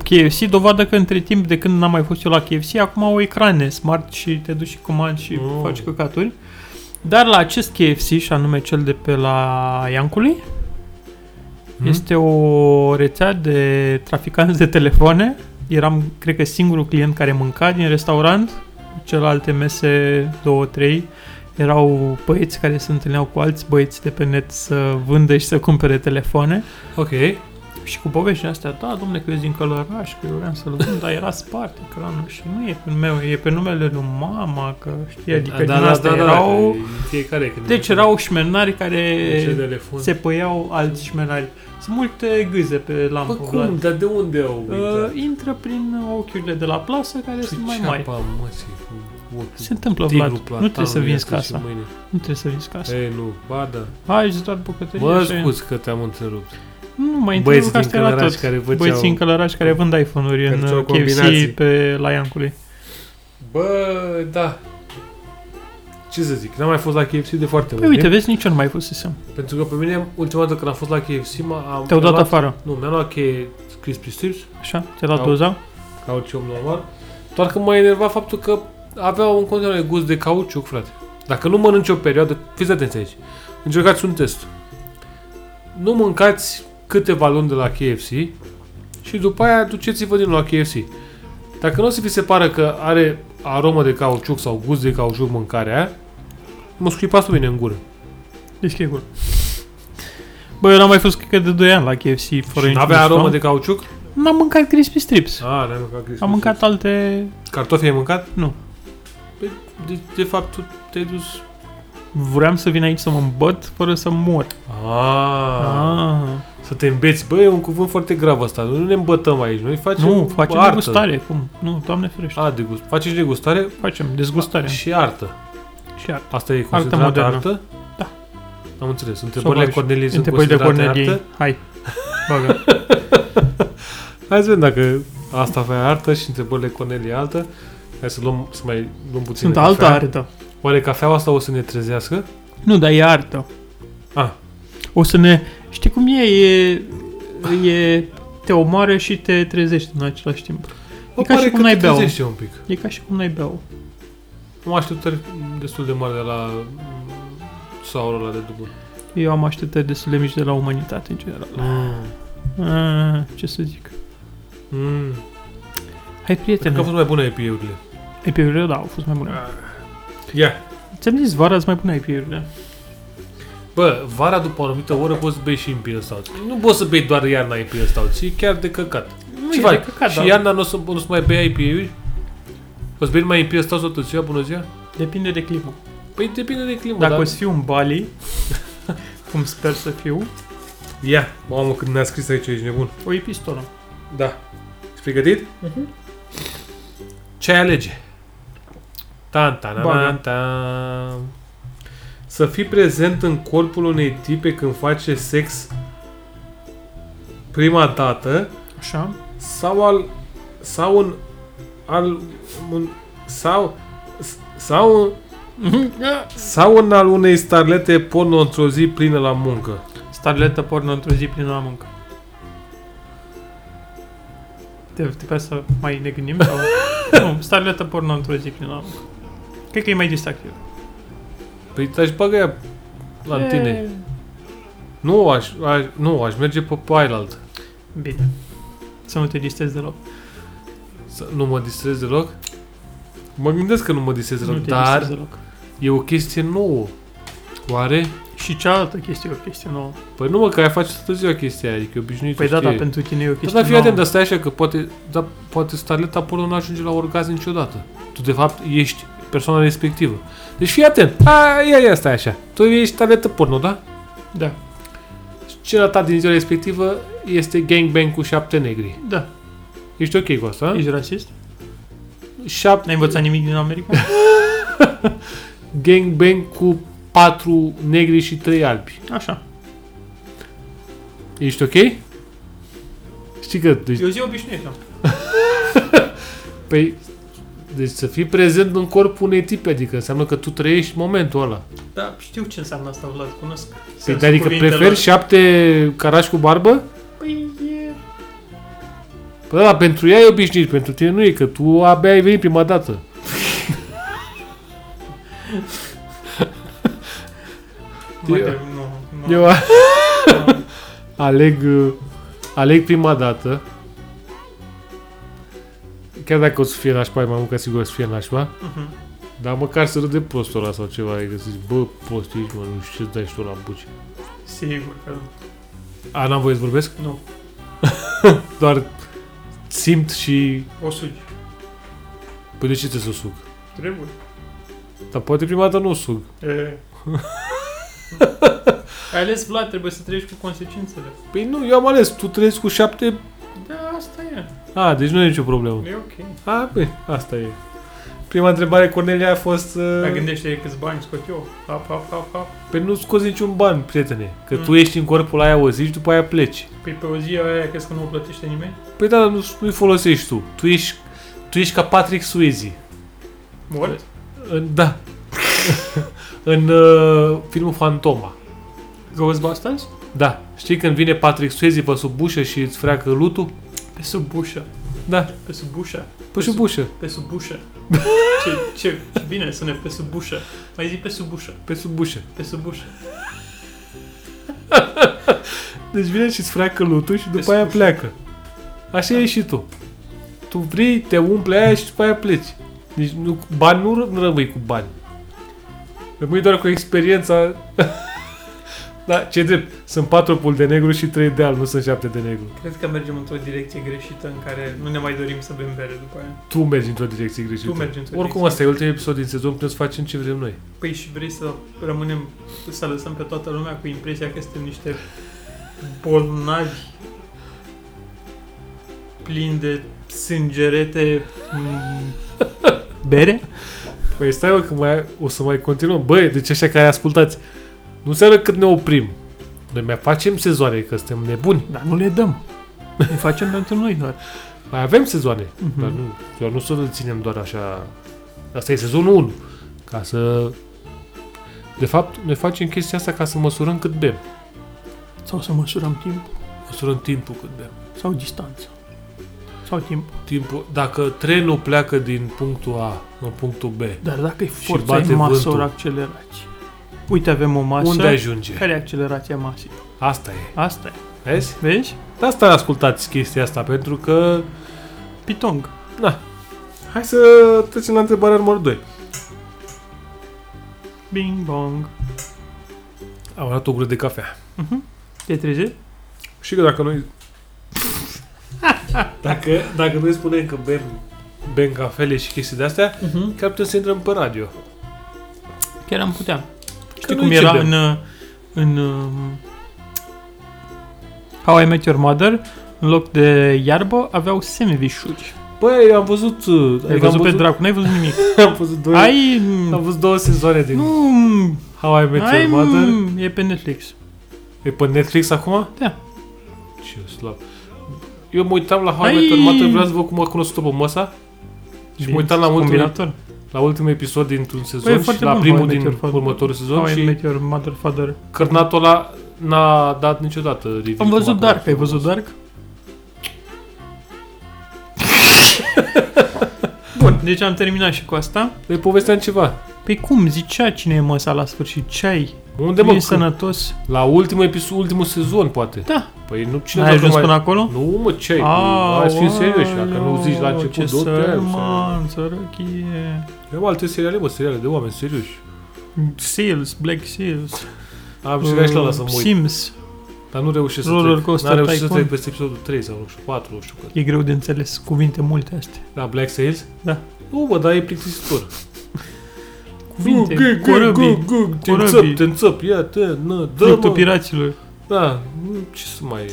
Speaker 2: KFC, dovadă că între timp de când n-am mai fost eu la KFC, acum au ecrane smart și te duci și comanzi și
Speaker 1: Oh.
Speaker 2: faci căcaturi. Dar la acest KFC, și anume cel de pe la Iancului,
Speaker 1: Hmm?
Speaker 2: este o rețea de traficanți de telefoane. Eram, cred că, singurul client care mânca din restaurant. Celelalte mese, două, trei, erau băieți care se întâlneau cu alți băieți de pe net să vândă și să cumpere telefoane.
Speaker 1: Ok.
Speaker 2: Și cu poveștile astea, da, domne, că eu sunt din Călăraș, că eu vreau să-l vând, dar era spart ecranul și nu e pe meu, e pe numele lui mama, că știi, adică da, din astea erau...
Speaker 1: că Fiecare când
Speaker 2: Deci erau șmenari care
Speaker 1: Ce telefon.
Speaker 2: se păiau alți șmenari. Sunt multe gâze pe lampă,
Speaker 1: Bă, cum?
Speaker 2: Vlad.
Speaker 1: Dar de unde au
Speaker 2: Uh,
Speaker 1: uitat?
Speaker 2: intră prin ochiurile de la plasă
Speaker 1: Păi
Speaker 2: care sunt mai mari. Se întâmplă, Vlad. Nu trebuie să vinzi casa. Nu trebuie să vinzi casa.
Speaker 1: Ei, nu, ba da.
Speaker 2: Hai, zi doar bucătărie.
Speaker 1: Mă
Speaker 2: așa e.
Speaker 1: scuz că te-am întrerupt.
Speaker 2: Nu, mai întreb
Speaker 1: Băieți
Speaker 2: că
Speaker 1: din
Speaker 2: asta era
Speaker 1: Călăraș
Speaker 2: tot.
Speaker 1: care vă
Speaker 2: Băieții în
Speaker 1: ceau...
Speaker 2: Călăraș care vând iPhone-uri
Speaker 1: Care
Speaker 2: în
Speaker 1: făceau
Speaker 2: uh,
Speaker 1: combinații.
Speaker 2: KFC pe la Iancului.
Speaker 1: Bă, da. Ce să zic, n-am mai fost la KFC de foarte
Speaker 2: Păi
Speaker 1: mult
Speaker 2: uite,
Speaker 1: timp,
Speaker 2: vezi, nici eu nu mai fusesem.
Speaker 1: Pentru că pe mine, ultima dată când am fost la KFC, m-am... am-
Speaker 2: Te-au
Speaker 1: mi-am luat-
Speaker 2: dat afară,
Speaker 1: Nu, mi-am luat che- Crispy Strips,
Speaker 2: așa? Te-a dat
Speaker 1: Au.
Speaker 2: doza?
Speaker 1: cauciuc normal. Doar că m-a enervat faptul că aveau în continuare gust de cauciuc, frate. Dacă nu mănânci o perioadă, fiți atenți aici. Încercați un test. Nu mâncați câteva luni de la KFC și după aia duceți-vă din nou la KFC. Dacă nu o să vi se pară că are aromă de cauciuc sau gust de cauciuc mâncarea, mă scuipați pe mine în gură.
Speaker 2: Deschid gura. Bă, eu n-am mai fost, cred că, de 2 ani la KFC fără
Speaker 1: Și
Speaker 2: niciun
Speaker 1: n-avea
Speaker 2: discount.
Speaker 1: aromă de cauciuc?
Speaker 2: N-am mâncat crispy strips.
Speaker 1: A, n-ai mâncat Christmas.
Speaker 2: Am mâncat alte...
Speaker 1: Cartofi ai mâncat?
Speaker 2: Nu.
Speaker 1: Păi, de, de fapt, tu te-ai dus...
Speaker 2: Vreau să vin aici să mă îmbăt fără să mor.
Speaker 1: Ah,
Speaker 2: Ah.
Speaker 1: Să te îmbeți. Bă, e un cuvânt foarte grav ăsta. Noi Nu ne îmbătăm aici. Noi facem
Speaker 2: Nu, facem
Speaker 1: Deci artă.
Speaker 2: degustare. Cum? Nu, doamne ferește.
Speaker 1: A, degust. Faceți degustare
Speaker 2: Facem dezgustare.
Speaker 1: și artă.
Speaker 2: Și ar-
Speaker 1: Asta e considerată artă?
Speaker 2: modernă.
Speaker 1: artă?
Speaker 2: Da.
Speaker 1: Am înțeles. Întrebările
Speaker 2: faci.
Speaker 1: Corneliei sunt
Speaker 2: Întrebări de
Speaker 1: considerate
Speaker 2: Cornelie.
Speaker 1: artă?
Speaker 2: Hai. Bagă.
Speaker 1: Hai să vedem dacă asta e artă și întrebările Cornelie e altă. Hai să luăm, să mai luăm puțin
Speaker 2: Sunt
Speaker 1: de
Speaker 2: altă
Speaker 1: cafea.
Speaker 2: artă.
Speaker 1: Oare cafeaua asta o să ne trezească?
Speaker 2: Nu, dar e artă.
Speaker 1: Ah.
Speaker 2: O să ne... Știi cum e? E... e te omoară și te trezești în același timp.
Speaker 1: Bă,
Speaker 2: E ca
Speaker 1: pare
Speaker 2: și cum
Speaker 1: că
Speaker 2: n-ai
Speaker 1: te
Speaker 2: bea-o.
Speaker 1: trezește un pic.
Speaker 2: E ca și cum n-ai bea
Speaker 1: Am așteptări destul de mari de la mm, saurul ăla de dublu.
Speaker 2: Eu am așteptări destul de mici de la umanitate, în general. Ah.
Speaker 1: Mm.
Speaker 2: A, ce să zic?
Speaker 1: Mm.
Speaker 2: Hai,
Speaker 1: Cred că Ah. au
Speaker 2: prietene.
Speaker 1: fost mai bune IP-urile.
Speaker 2: IP-urile, da, au fost mai bune.
Speaker 1: Ia.
Speaker 2: Ți-am zis, vara sunt mai bune
Speaker 1: Da.
Speaker 2: IP-urile.
Speaker 1: Bă, vara după o anumită oră poți să bei și IPA stout. Nu poți să bei doar iarna IPA stout, e chiar de căcat.
Speaker 2: Nu
Speaker 1: Ce
Speaker 2: e
Speaker 1: faci?
Speaker 2: de căcat,
Speaker 1: și
Speaker 2: dar
Speaker 1: iarna nu o să, nu o să mai bei IPA-uri? O să bei mai IPA stout toată ziua, bună ziua?
Speaker 2: depinde de climă.
Speaker 1: Păi depinde de climă,
Speaker 2: Dacă
Speaker 1: dar...
Speaker 2: o să fiu în Bali, cum sper să fiu,
Speaker 1: Ia, mamă, când ne-a scris aici, ești nebun.
Speaker 2: o iei pistolul.
Speaker 1: Da. Ești pregătit? Ce ai alege? Tan, tan, tan,
Speaker 2: Bagă.
Speaker 1: tan, tan. Să fii prezent în corpul unei tipe când face sex prima dată
Speaker 2: Așa?
Speaker 1: sau al sau un al un, sau sau sau un al unei starlete porno într-o zi plină la muncă.
Speaker 2: Starletă porno într-o zi plină la muncă. Te trebuia să mai ne gândim? Sau... nu, starletă porno într-o zi plină la muncă. Cred că e mai distractiv.
Speaker 1: Păi te-aș băga ea la
Speaker 2: E,
Speaker 1: tine. Nu aș, aș, nu, aș merge pe pe ailalt.
Speaker 2: Bine. Să nu te distrezi deloc.
Speaker 1: Să nu mă distrez deloc? Mă gândesc că nu mă distrez
Speaker 2: nu
Speaker 1: deloc,
Speaker 2: te
Speaker 1: dar
Speaker 2: distrezi deloc.
Speaker 1: e o chestie nouă. Oare?
Speaker 2: Și cealaltă chestie e o chestie nouă.
Speaker 1: Păi nu mă, că ai face toată ziua chestia aia, adică e obișnuit
Speaker 2: Păi
Speaker 1: să
Speaker 2: da,
Speaker 1: știe.
Speaker 2: dar pentru tine e o
Speaker 1: Dar
Speaker 2: chestie
Speaker 1: da, fii
Speaker 2: nouă.
Speaker 1: atent, dar stai așa, că poate, da, poate starleta până nu ajunge la orgasm niciodată. Tu, de fapt, ești persoana respectivă. Deci fii atent. A, ia, ia, stai așa. Tu ești starletă porno, da?
Speaker 2: Da,
Speaker 1: Scena ta din ziua respectivă este gangbang cu șapte negri.
Speaker 2: da.
Speaker 1: Ești ok cu asta? da?
Speaker 2: Ești rasist?
Speaker 1: Șapte...
Speaker 2: N-ai învățat nimic din America?
Speaker 1: Gangbang cu patru negri și trei albi.
Speaker 2: Așa.
Speaker 1: Ești ok? Știi că... Deci,
Speaker 2: E o zi obișnuită.
Speaker 1: păi, deci să fii prezent în corpul unei tipe, adică înseamnă că tu trăiești momentul ăla.
Speaker 2: Da, știu ce înseamnă asta, Vlad, cunosc.
Speaker 1: Păi,
Speaker 2: sensul
Speaker 1: adică
Speaker 2: cuvintelor.
Speaker 1: preferi șapte carași cu barbă?
Speaker 2: Păi, e...
Speaker 1: Păi da, pentru ea e obișnuit, pentru tine nu e, că tu abia ai venit prima dată.
Speaker 2: Mă,
Speaker 1: Eu-
Speaker 2: de- nu, nu.
Speaker 1: Eu a- aleg, uh, aleg prima dată. Chiar dacă o să fie nașpa, e mai mult ca sigur o să fie nașpa.
Speaker 2: Mhm.
Speaker 1: Dar măcar să râde prostul ăla sau ceva, adică să zici, bă, prost ești, mă, nu știu ce dai și tu la buci.
Speaker 2: Sigur că nu.
Speaker 1: A, n-am voie să vorbesc?
Speaker 2: nu.
Speaker 1: Doar simt și...
Speaker 2: O sugi.
Speaker 1: Păi de ce trebuie să suc?
Speaker 2: Trebuie.
Speaker 1: Dar poate prima dată nu suc.
Speaker 2: E. Ai ales Vlad, trebuie să treci cu consecințele.
Speaker 1: Păi nu, eu am ales, tu trăiești cu șapte...
Speaker 2: Da, asta e.
Speaker 1: A, deci nu e nicio problemă.
Speaker 2: E ok.
Speaker 1: A, băi, asta e. Prima întrebare, Cornelia, a fost...
Speaker 2: Dar
Speaker 1: Uh...
Speaker 2: gândește câți bani scot eu. Hap, hap, hap, hap.
Speaker 1: Păi nu scoți niciun ban, prietene. Că
Speaker 2: Mm.
Speaker 1: tu ești în corpul aia o zi și după aia pleci.
Speaker 2: Păi pe o zi aia crezi că nu o plătește nimeni?
Speaker 1: Păi da, dar nu, nu-i folosești tu. Tu ești, tu ești ca Patrick Swayze.
Speaker 2: Mort?
Speaker 1: În, da. în uh, filmul Fantoma.
Speaker 2: Ghostbusters?
Speaker 1: Da. Știi când vine Patrick Swayze pe sub bușă și îți freacă lutul?
Speaker 2: Pe sub ușă.
Speaker 1: Da,
Speaker 2: Pe sub ușă.
Speaker 1: pe sub bușă.
Speaker 2: Pe sub ușă. Ce, ce, ce bine sună pe sub ușă. Mai zi pe sub ușă.
Speaker 1: Pe sub bușă.
Speaker 2: Pe sub ușă.
Speaker 1: Deci vine și îți freacă lutul și după aia pleacă. Așa e și tu. Tu vrei, te umple aia și după aia pleci. Deci nu, bani nu, ră- nu rămâi cu bani. Rămâi doar cu experiența. da, ce drept. Sunt patru pul de negru și trei de alb, nu sunt șapte de negru.
Speaker 2: Cred că mergem într-o direcție greșită în care nu ne mai dorim să bem bere după aia.
Speaker 1: Tu mergi într-o direcție greșită.
Speaker 2: Tu mergi într-o
Speaker 1: Oricum
Speaker 2: direcție
Speaker 1: asta e ultimul episod din sezon, putem să facem ce vrem noi.
Speaker 2: Păi și vrei să rămânem, să lăsăm pe toată lumea cu impresia că suntem niște bolnavi plini de sângerete m, bere?
Speaker 1: Păi stai, mă, că mai, o să mai continuăm. Băi, deci ăștia care ascultați, nu înseamnă cât ne oprim. Noi mai facem sezoane, că suntem nebuni.
Speaker 2: Dar nu le dăm. Ne facem pentru noi doar.
Speaker 1: Mai avem sezoane,
Speaker 2: Mhm.
Speaker 1: dar nu, doar nu să îl ținem doar așa. Asta e sezonul 1. Ca să... De fapt, noi facem chestia asta ca să măsurăm cât bem.
Speaker 2: Sau să măsurăm timp,
Speaker 1: Măsurăm timpul cât bem.
Speaker 2: sau distanță, sau timp.
Speaker 1: Timpul, dacă trenul pleacă din punctul A în punctul B,
Speaker 2: Dar dacă e forța,
Speaker 1: bate
Speaker 2: e masă,
Speaker 1: vântul.
Speaker 2: ori accelerație. Uite, avem o masă.
Speaker 1: unde ajunge?
Speaker 2: Care e accelerația masei?
Speaker 1: Asta e.
Speaker 2: Asta e.
Speaker 1: Vezi?
Speaker 2: Vezi?
Speaker 1: De asta ascultați chestia asta, pentru că...
Speaker 2: Pitong.
Speaker 1: Hai să trecem la întrebarea numărul 2.
Speaker 2: Bing bong.
Speaker 1: Am luat o gură de cafea.
Speaker 2: Mhm. Te trezi?
Speaker 1: Și că dacă noi... dacă, dacă noi spunem că bem, bem cafele și chestii de-astea,
Speaker 2: Mhm.
Speaker 1: chiar putem să intrăm pe radio.
Speaker 2: Chiar am putea. Știi
Speaker 1: noi
Speaker 2: cum
Speaker 1: ce
Speaker 2: era
Speaker 1: bem?
Speaker 2: în, uh, în um, How I Met Your Mother? În loc de iarbă aveau semevișuri.
Speaker 1: Băi, am văzut... uh,
Speaker 2: Ai
Speaker 1: am
Speaker 2: văzut pe dracu, n-ai văzut nimic.
Speaker 1: Am văzut doi...
Speaker 2: Ai...
Speaker 1: Am
Speaker 2: mm,
Speaker 1: văzut două sezoane din
Speaker 2: Nu... mm,
Speaker 1: How I Met
Speaker 2: Ai...
Speaker 1: Your Mother.
Speaker 2: mm, E pe Netflix.
Speaker 1: E pe Netflix acum?
Speaker 2: Da.
Speaker 1: Ce slab. Eu mă uitam la How I
Speaker 2: Ai-
Speaker 1: Met Your Mother, vreau să văd cum a cunoscut-o pe măsa. Și mă uitam la ultimul,
Speaker 2: Combinator.
Speaker 1: la ultimul episod dintr-un
Speaker 2: Băi, Păi, e
Speaker 1: sezon Băi, și
Speaker 2: foarte
Speaker 1: la
Speaker 2: bun
Speaker 1: primul
Speaker 2: How I Met
Speaker 1: din
Speaker 2: Your Father.
Speaker 1: următorul
Speaker 2: How
Speaker 1: sezon
Speaker 2: I
Speaker 1: și
Speaker 2: Met Your Mother Father.
Speaker 1: cărnatul ăla n-a dat niciodată review.
Speaker 2: Am
Speaker 1: cum
Speaker 2: văzut
Speaker 1: a dat.
Speaker 2: Dark, ai văzut Dark? Bun, deci am terminat și cu asta.
Speaker 1: Noi povesteam Păi, ceva.
Speaker 2: Pe cum zicea cine e măsa la sfârșit? Ce ai?
Speaker 1: Unde
Speaker 2: De
Speaker 1: mă?
Speaker 2: mă, sănătos?
Speaker 1: La ultimul episod, ultimul sezon, poate.
Speaker 2: Da.
Speaker 1: Păi nu, cine
Speaker 2: N-ai
Speaker 1: a
Speaker 2: ajuns până acolo?
Speaker 1: Nu, mă, ce ai?
Speaker 2: Aoleu,
Speaker 1: Hai să fim serioși, dacă nu zici la
Speaker 2: ce
Speaker 1: început, două, trei ani, sau-
Speaker 2: sărman, sărăchie.
Speaker 1: Eu alte seriale, mă, seriale de oameni serioși.
Speaker 2: Seals, Black Seals.
Speaker 1: Am și și la ăla să
Speaker 2: uh,
Speaker 1: mă uit,
Speaker 2: Sims.
Speaker 1: dar nu reușesc să
Speaker 2: Roller
Speaker 1: trec.
Speaker 2: Coaster
Speaker 1: N-am reușit să
Speaker 2: Tycoon.
Speaker 1: trec peste episodul 3 sau nu știu, 4, nu știu cât.
Speaker 2: E greu de înțeles, cuvinte multe astea.
Speaker 1: La Black Sails?
Speaker 2: Da.
Speaker 1: Nu, bă, dar e plictisitor.
Speaker 2: Cuvinte,
Speaker 1: Gug, gug,
Speaker 2: corăbii,
Speaker 1: gug, gug, Te
Speaker 2: corăbii.
Speaker 1: înțăp, te înțăp, ia, te, nă, dă,
Speaker 2: Fructul
Speaker 1: mă.
Speaker 2: piraților.
Speaker 1: Da, nu, ce să mai e.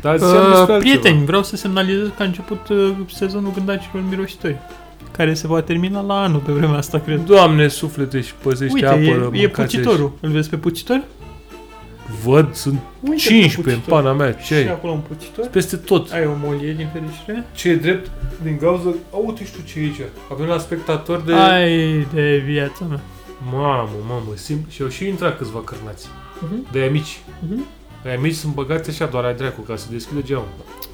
Speaker 1: Dar
Speaker 2: Uh,
Speaker 1: ziceam despre altceva.
Speaker 2: prieteni, vreau să semnalizez că a început uh, sezonul gândacilor mirositori, care se va termina la anul pe vremea asta, cred.
Speaker 1: Doamne, suflete și păzește
Speaker 2: Uite,
Speaker 1: apără,
Speaker 2: e, e
Speaker 1: mâncați-și.
Speaker 2: pucitorul. Îl vezi pe pucitor?
Speaker 1: Văd, sunt
Speaker 2: Uite
Speaker 1: 15 în pana mea, ce
Speaker 2: Și
Speaker 1: ai?
Speaker 2: acolo un pucitor.
Speaker 1: Peste tot.
Speaker 2: Ai o molie, din fericire.
Speaker 1: Ce e drept din gauză? Uite, știu ce e aici. Avem la spectator de...
Speaker 2: De... Ai de viața mea.
Speaker 1: Mamă, mamă, simt și au și intrat câțiva cărnați.
Speaker 2: Uh-huh.
Speaker 1: De amici. Ai amici sunt băgați așa, doar ai dracu, ca să deschidă geamul.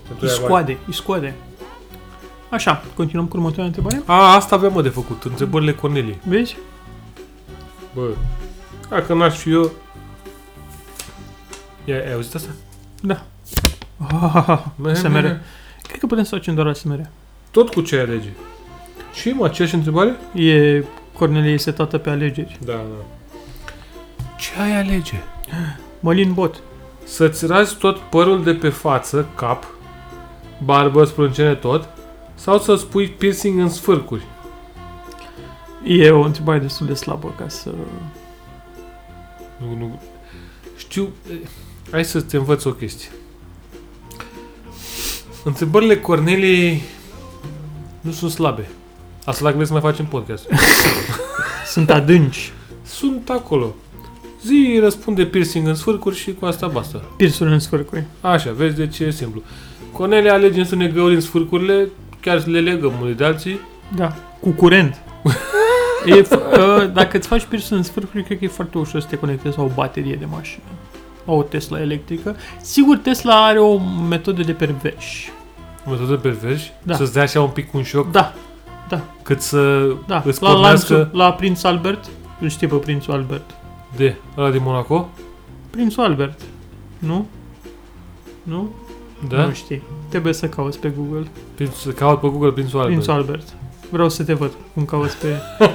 Speaker 1: Pentru
Speaker 2: Îi
Speaker 1: aia mare.
Speaker 2: scoade, îi scoade. Așa, continuăm cu următoarea întrebare.
Speaker 1: A, asta aveam mă de făcut, întrebările Cornelie.
Speaker 2: Vezi?
Speaker 1: Bă, dacă n-aș fi eu... Ia, ai auzit asta?
Speaker 2: Ah, SMR. Cred că putem să facem doar SMR.
Speaker 1: Tot cu ce ai alege. Și mă, aceeași întrebare?
Speaker 2: E Cornelie este tată pe alegeri.
Speaker 1: Da, da. Ce ai alege?
Speaker 2: Mălin Bot.
Speaker 1: Să-ți razi tot părul de pe față, cap, barbă, sprâncene tot, sau să-ți pui piercing în sfârcuri?
Speaker 2: E o întrebare destul de slabă ca să...
Speaker 1: Nu, nu. Știu... eh, Hai să te învăț o chestie. Întrebările Corneliei nu sunt slabe. Asta dacă vrei să mai facem podcast.
Speaker 2: Sunt adânci.
Speaker 1: Sunt acolo. Zi, răspunde piercing în sfârcuri și cu asta basta.
Speaker 2: Pirsul în sfârcui.
Speaker 1: Așa, vezi de ce e simplu. Cornelia alege să ne găurim sfârcurile, chiar le legăm unii de alții.
Speaker 2: Da. Cu curent. e, f- ă, dacă îți faci pirsul în sfârcui, cred că e foarte ușor să te conectezi la o baterie de mașină. La o Tesla electrică. Sigur, Tesla are o metodă de perveși.
Speaker 1: Metodă pervers,
Speaker 2: Da.
Speaker 1: da. să-ți dea așa un pic un șoc,
Speaker 2: Da,
Speaker 1: cât să
Speaker 2: da.
Speaker 1: îți
Speaker 2: la
Speaker 1: pornească
Speaker 2: lanțul, la Prinț Albert. Îl știi pe Prințul Albert.
Speaker 1: de ăla din Monaco.
Speaker 2: Prințul Albert. Nu? Nu?
Speaker 1: Da?
Speaker 2: Nu știi. Trebuie să cauți pe Google.
Speaker 1: Prin, să caut pe Google Prințul Albert.
Speaker 2: Prințul Albert. Vreau să te văd cum cauți pe...
Speaker 1: Eu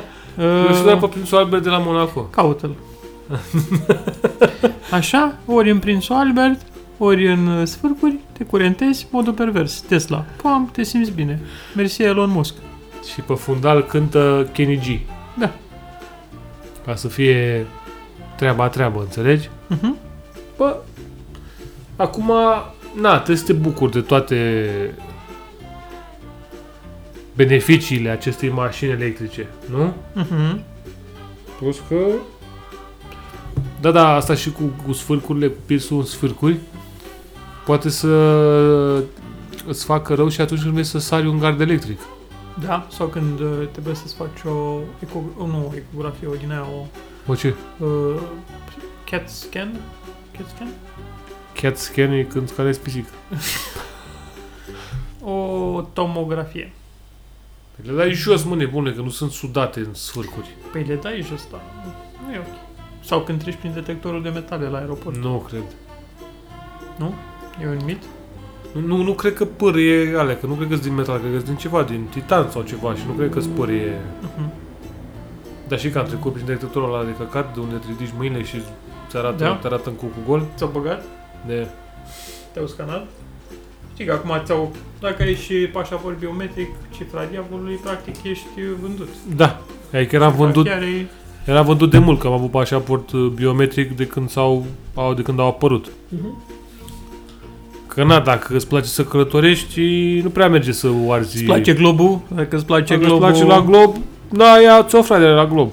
Speaker 1: știu
Speaker 2: Uh,
Speaker 1: doar pe Prințul Albert de la Monaco.
Speaker 2: Caută-l. Așa, ori în Prințul Albert, ori în uh, sfârcuri, te curentezi modul pervers. Tesla. Pam, te simți bine. Mersi Elon Musk.
Speaker 1: Și pe fundal cântă Kenny G.
Speaker 2: Da.
Speaker 1: Ca să fie treaba-treabă, înțelegi?
Speaker 2: Uh-huh.
Speaker 1: Bă, acum, na, trebuie să te bucuri de toate beneficiile acestei mașini electrice, nu?
Speaker 2: Uh-huh.
Speaker 1: Mhm. Plus că... Da, da, asta și cu, cu sfârcurile, cu piersul în sfârcuri, poate să îți facă rău și atunci când vrei să sari un gard electric.
Speaker 2: Da, sau când uh, trebuie să-ți faci o, eco, o nu, o ecografie, o din aia, o
Speaker 1: Bă, ce?
Speaker 2: uh, CAT scan? CAT scan?
Speaker 1: Cat scan e când scanezi pisică.
Speaker 2: O tomografie.
Speaker 1: Le dai jos, mă, nebune, că nu sunt sudate în sfârcuri.
Speaker 2: Păi le dai jos, da. Nu e ok. Sau când treci prin detectorul de metale la aeroport.
Speaker 1: Nu cred.
Speaker 2: E un mit?
Speaker 1: Nu, nu, nu cred că păr e alea, că nu cred că din metal, cred că din ceva, din titan sau ceva și nu cred că păr e...
Speaker 2: Uh-huh.
Speaker 1: Dar și că am trecut prin detectorul ăla de căcat, de unde te ridici mâinile și ți arată,
Speaker 2: Da.
Speaker 1: te arată în cu cu gol.
Speaker 2: Ți-au băgat?
Speaker 1: De...
Speaker 2: Te-au scanat? Știi că acum ți-au... Dacă ai și pașaport biometric, cifra diavolului, practic ești uh, vândut.
Speaker 1: Da, adică
Speaker 2: Exact.
Speaker 1: era vândut,
Speaker 2: Chiar e...
Speaker 1: era vândut de mult, că am avut pașaport uh, biometric de când, s-au, au, de când au apărut.
Speaker 2: Uh-huh.
Speaker 1: Că na, dacă îți place să călătorești, nu prea merge să o arzi...
Speaker 2: Îți place globul? Dacă îți place
Speaker 1: Ce
Speaker 2: globul...
Speaker 1: globul... place la Glob, da, ea ți-o frate la Glob.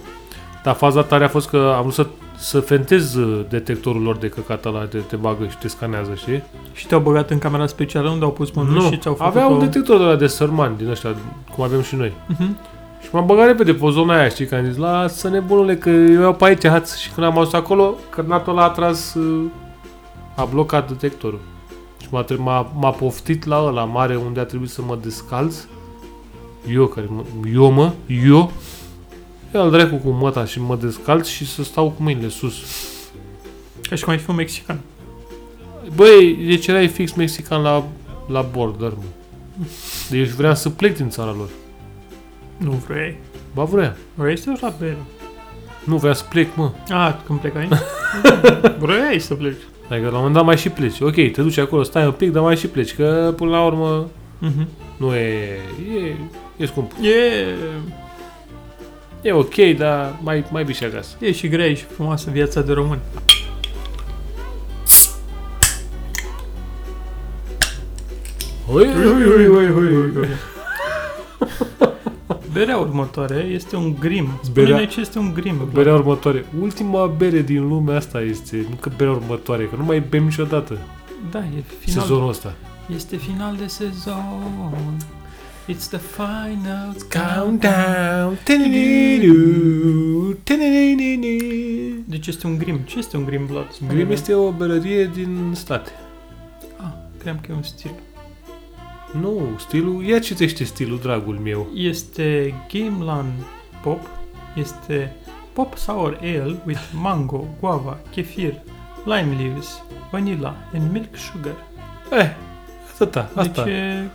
Speaker 1: Dar faza tare a fost că am vrut să, să fentez uh, detectorul lor de căcat ăla, te, te bagă și te scanează, știi?
Speaker 2: Și te-au băgat în camera specială unde au pus mânuși și ți-au făcut
Speaker 1: avea
Speaker 2: o...
Speaker 1: un detector de la de sărmani, din ăștia, cum avem și noi.
Speaker 2: Uh-huh.
Speaker 1: Și m-am băgat repede pe zona aia, știi, că am zis, lasă nebunule, că eu iau pe aici, haț. Și când am ajuns acolo, cărnatul ăla a tras, uh, a blocat detectorul. Și m-a, tre- m-a, m-a poftit la ăla mare unde a trebuit să mă descalz. Eu, care mă, eu mă, eu, el dracu cu măta și mă descalz și să stau cu mâinile sus.
Speaker 2: Ca și cum ai fi un mexican.
Speaker 1: Băi, deci erai fix mexican la, la border, mă. Deci vreau să plec din țara lor.
Speaker 2: Nu vrei.
Speaker 1: Ba vrea.
Speaker 2: Vrei să la bere?
Speaker 1: Nu, vreau să plec, mă.
Speaker 2: A, când plecai? vrei să pleci.
Speaker 1: Adică la un moment dat mai și pleci. Ok, te duci acolo, stai un pic, dar mai și pleci. Că până la urmă
Speaker 2: Uh-huh.
Speaker 1: nu e... E, e scump.
Speaker 2: E,
Speaker 1: E ok, dar mai, mai bine și acasă.
Speaker 2: e și grea e și frumoasă viața de român.
Speaker 1: Ui, ui, ui, ui, ui,
Speaker 2: Berea următoare este un grim.
Speaker 1: Berea-
Speaker 2: Spune-ne ce este un grim.
Speaker 1: Berea următoare. Ultima bere din lumea asta este. Nu că berea următoare, că nu mai bem niciodată
Speaker 2: Da, e final.
Speaker 1: sezonul ăsta.
Speaker 2: Este final de sezon. It's the final
Speaker 1: Countdown.
Speaker 2: Deci este un grim. Ce este un grim, Vlad? Spune-ne.
Speaker 1: Grim este o berărie din state.
Speaker 2: Ah, cream că e un stil.
Speaker 1: Nu, stilul... Ia citește stilul, dragul meu.
Speaker 2: Este Gameland Pop. Este Pop Sour Ale with mango, guava, kefir, lime leaves, vanilla and milk sugar.
Speaker 1: Eh, atâta, asta.
Speaker 2: Deci e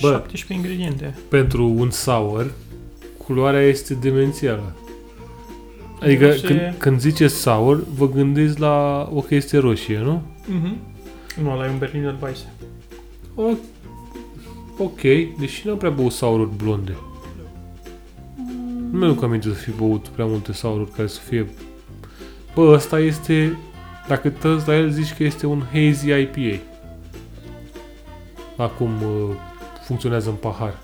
Speaker 1: Bă.
Speaker 2: 17 ingrediente.
Speaker 1: pentru un sour, culoarea este demențială. Adică
Speaker 2: Deci,
Speaker 1: când,
Speaker 2: e-
Speaker 1: când zice sour, vă gândiți la o chestie roșie, nu?
Speaker 2: Mhm. Nu, ăla e un Berliner Weisse.
Speaker 1: O, ok, deși n-am prea băut soururi blonde. Nu mi-aduc aminte să fi băut prea multe soururi care să fie... Bă, ăsta este... Dacă te uiți la el, zici că este un hazy IPA. Acum uh, funcționează în pahar.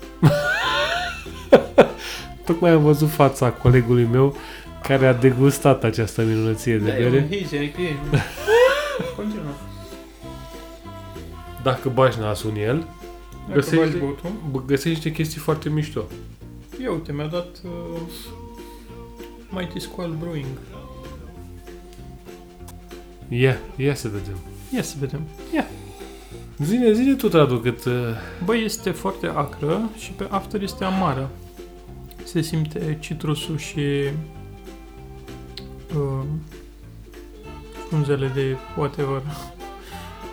Speaker 1: Tocmai am văzut fața colegului meu care a degustat această minunăție
Speaker 2: Da,
Speaker 1: de bere.
Speaker 2: hazy IPA. Continuă.
Speaker 1: Dacă bagi nasul în el,
Speaker 2: Dacă
Speaker 1: Găsești-
Speaker 2: bagi băutul.
Speaker 1: bă, găsești niște chestii foarte mișto.
Speaker 2: Ia uite, mi-a dat uh, Mighty Squall Brewing.
Speaker 1: Ia, ia să vedem.
Speaker 2: Ia să vedem.
Speaker 1: Zine, zine tu, Tradu, cât... Uh,
Speaker 2: Bă, este foarte acră și pe after este amară. Se simte citrusul și uh, frunzele de whatever.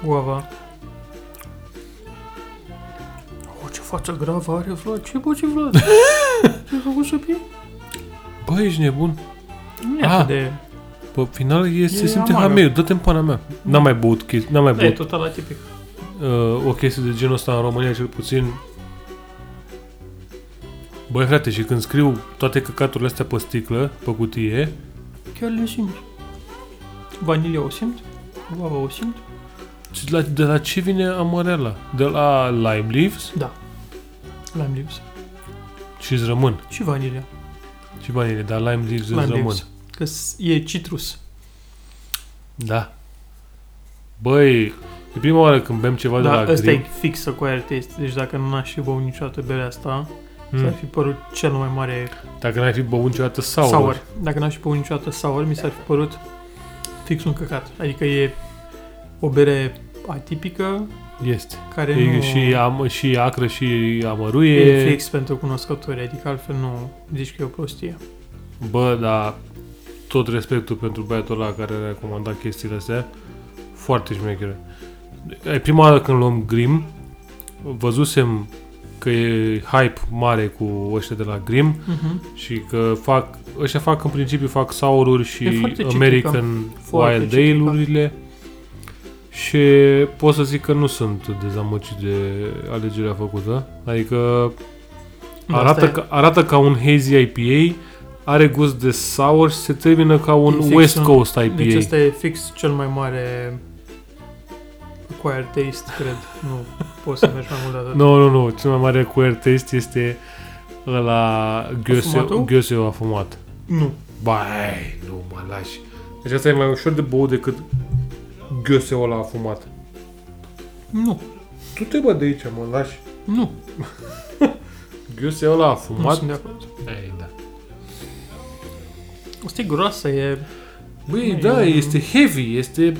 Speaker 2: Guava. O, Oh, ce față gravă are Vlad. Ce bă, ce Vlad? Ce-ai făcut să fie?
Speaker 1: Bă, ești nebun.
Speaker 2: Nu e
Speaker 1: Ah.
Speaker 2: atât de...
Speaker 1: Pe final e,
Speaker 2: E
Speaker 1: se simte
Speaker 2: amară.
Speaker 1: hameiul. Dă-te în pana mea. N-am mai băut, chesti- n-am mai
Speaker 2: Da, e
Speaker 1: băut
Speaker 2: total atipic.
Speaker 1: uh, o chestie de genul ăsta în România cel puțin. Băi frate, și când scriu toate căcaturile astea pe sticlă, pe cutie,
Speaker 2: Chiar le simți. Vanilia o simt. Guava o simt.
Speaker 1: și de la, de la ce vine amarela? De la lime leaves
Speaker 2: Lime leaves.
Speaker 1: și îți rămân.
Speaker 2: Și vanilia.
Speaker 1: Și vanile, dar lime leaves
Speaker 2: Lime
Speaker 1: îți rămân.
Speaker 2: leaves. Că s- e citrus.
Speaker 1: Da. Băi, e prima oară când bem ceva de
Speaker 2: Dar
Speaker 1: la
Speaker 2: Da, ăsta e
Speaker 1: grip.
Speaker 2: fixă cu aer taste. Deci dacă nu aș fi băut niciodată berea asta, s-ar
Speaker 1: Mm.
Speaker 2: fi părut cel mai mare
Speaker 1: Dacă n-ai fi băut niciodată sour.
Speaker 2: sour. Dacă n-aș fi băut niciodată sour, mi s-ar fi părut fix un căcat. Adică e o bere atipică
Speaker 1: Este.
Speaker 2: care
Speaker 1: E
Speaker 2: nu
Speaker 1: și, am, și acră și amăruie.
Speaker 2: e fix pentru cunoscători, adică altfel nu zici că e o prostie.
Speaker 1: Bă, dar tot respectul pentru băiatul ăla care a recomandat chestiile astea, foarte șmechere. E prima oară când luăm Grim, văzusem că e hype mare cu ăștia de la Grim
Speaker 2: Uh-huh.
Speaker 1: și că fac, ăștia fac în principiu fac saururi și
Speaker 2: E foarte ciclică.
Speaker 1: American
Speaker 2: Foarte
Speaker 1: Wild
Speaker 2: ciclică.
Speaker 1: Ale-urile și pot să zic că nu sunt dezamăgit de alegerea făcută. Adică
Speaker 2: Da,
Speaker 1: Arată, ca, arată ca un hazy IPA, are gust de sour și se termină ca un
Speaker 2: E fix
Speaker 1: West
Speaker 2: un-
Speaker 1: Coast
Speaker 2: IPA. Deci
Speaker 1: IPA.
Speaker 2: ăsta e fix cel mai mare acquired taste, cred. Nu poți să mergi mai mult de atât.
Speaker 1: Nu, nu, nu. Cel mai mare queer taste este ăla
Speaker 2: Afumatul?
Speaker 1: Ghioseu a fumat.
Speaker 2: nu.
Speaker 1: Bai, nu mă lași. Deci asta e mai ușor de băut decât Ghioseu ăla a fumat.
Speaker 2: Nu.
Speaker 1: Tu te bă de aici, mă lași.
Speaker 2: Nu.
Speaker 1: Ghioseu ăla a
Speaker 2: Nu
Speaker 1: fumat.
Speaker 2: sunt de acord.
Speaker 1: Ei, da.
Speaker 2: Asta e groasă, e...
Speaker 1: Băi,
Speaker 2: Nu,
Speaker 1: da,
Speaker 2: e un-
Speaker 1: este heavy, este...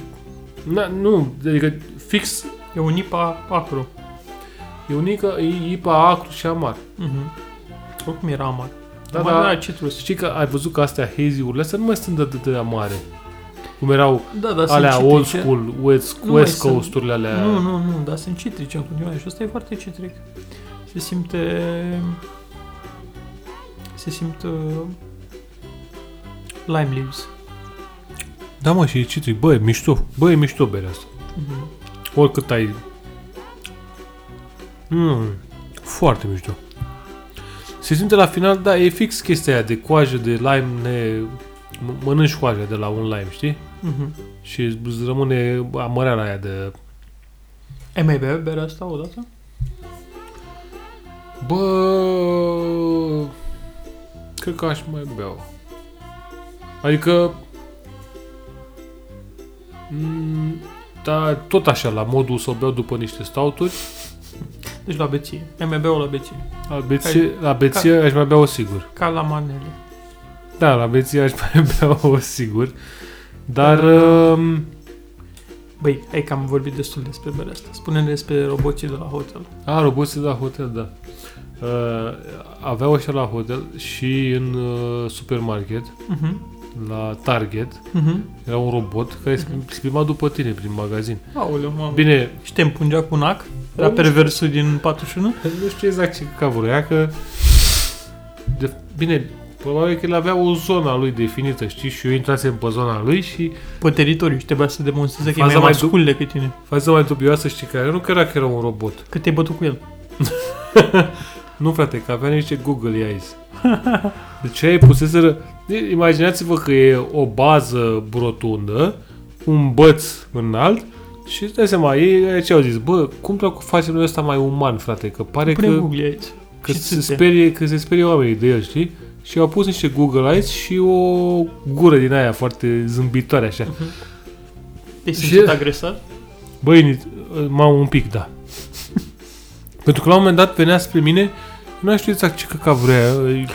Speaker 1: Na, nu, adică fix
Speaker 2: E un IPA acru.
Speaker 1: e unică, e IPA acru și amar.
Speaker 2: Uh-huh. Oricum era amar.
Speaker 1: Da,
Speaker 2: Da, amar
Speaker 1: da.
Speaker 2: da. era citrus.
Speaker 1: Știi că ai văzut că astea hazy-urile astea nu mai sunt atât de amare. Cum erau
Speaker 2: Da, da,
Speaker 1: alea
Speaker 2: sunt
Speaker 1: old
Speaker 2: citrice.
Speaker 1: school, West,
Speaker 2: Nu
Speaker 1: West
Speaker 2: mai sunt.
Speaker 1: Coast-urile alea.
Speaker 2: Nu, nu, nu, dar sunt citrice în continuare și ăsta e foarte citric. Se simte... Se simt... Uh, lime leaves.
Speaker 1: Da, mă, și e citric. Bă, e mișto. Bă, e mișto berea asta.
Speaker 2: Uh-huh.
Speaker 1: Oricât ai... Mm, foarte mișto. Se simte la final, da, e fix chestia aia de coajă, de lime, ne... m- mănânci coaja de la un lime, știi?
Speaker 2: Uh-huh.
Speaker 1: Și îți rămâne amăreala aia de...
Speaker 2: E mai bea berea asta odată?
Speaker 1: Bă, cred că aș mai bea. Adică, m, mm, dar tot așa, la modul să o beau după niște stauturi,
Speaker 2: Deci la beție. E mai bea o la beție.
Speaker 1: la beție, la beție aș mai bea o sigur.
Speaker 2: Ca la manele.
Speaker 1: Da, la beție aș mai bea o sigur. Dar, um,
Speaker 2: Băi, hai că am vorbit destul despre berea asta. Spune-ne despre roboții de la hotel.
Speaker 1: a, roboții de la hotel, da. Uh, aveau așa la hotel și în uh, supermarket,
Speaker 2: Uh-huh.
Speaker 1: la Target,
Speaker 2: Uh-huh.
Speaker 1: era un robot care se se plimba după tine prin magazin.
Speaker 2: Aoleu, mamă. Bine.
Speaker 1: Bine,
Speaker 2: Și te împungea cu un ac? Era
Speaker 1: Nu știu.
Speaker 2: perversul din 41?
Speaker 1: nu știu exact ce ca vroia, că... De, bine, probabil că el avea o zonă a lui definită, știi? Și eu intrasem pe zona lui și
Speaker 2: Pe teritoriu și trebuia să demonstreze că e
Speaker 1: Faza
Speaker 2: mai
Speaker 1: mai
Speaker 2: mascul decât tine.
Speaker 1: faza mai dubioasă, știi care? Nu că era că era un robot.
Speaker 2: Că te-ai bătut cu el.
Speaker 1: Nu, frate, că avea niște Google Eyes. Deci ei puseseră... Imaginați-vă că e o bază rotundă, un băț înalt și îți dai seama, ei ce au zis? Bă, cum dracu facem noi ăsta mai uman, frate? Că pare
Speaker 2: Pune
Speaker 1: că...
Speaker 2: Google aici.
Speaker 1: Că
Speaker 2: Și
Speaker 1: se,
Speaker 2: țâțe.
Speaker 1: sperie, că se sperie oamenii de el, știi? Și au pus niște Google Eyes și o gură din aia foarte zâmbitoare așa. Și-
Speaker 2: Te-ai simțit agresat?
Speaker 1: Băi, ni- m-am un pic, da. Pentru că la un moment dat venea spre mine, nu știu exact ce căca vrea.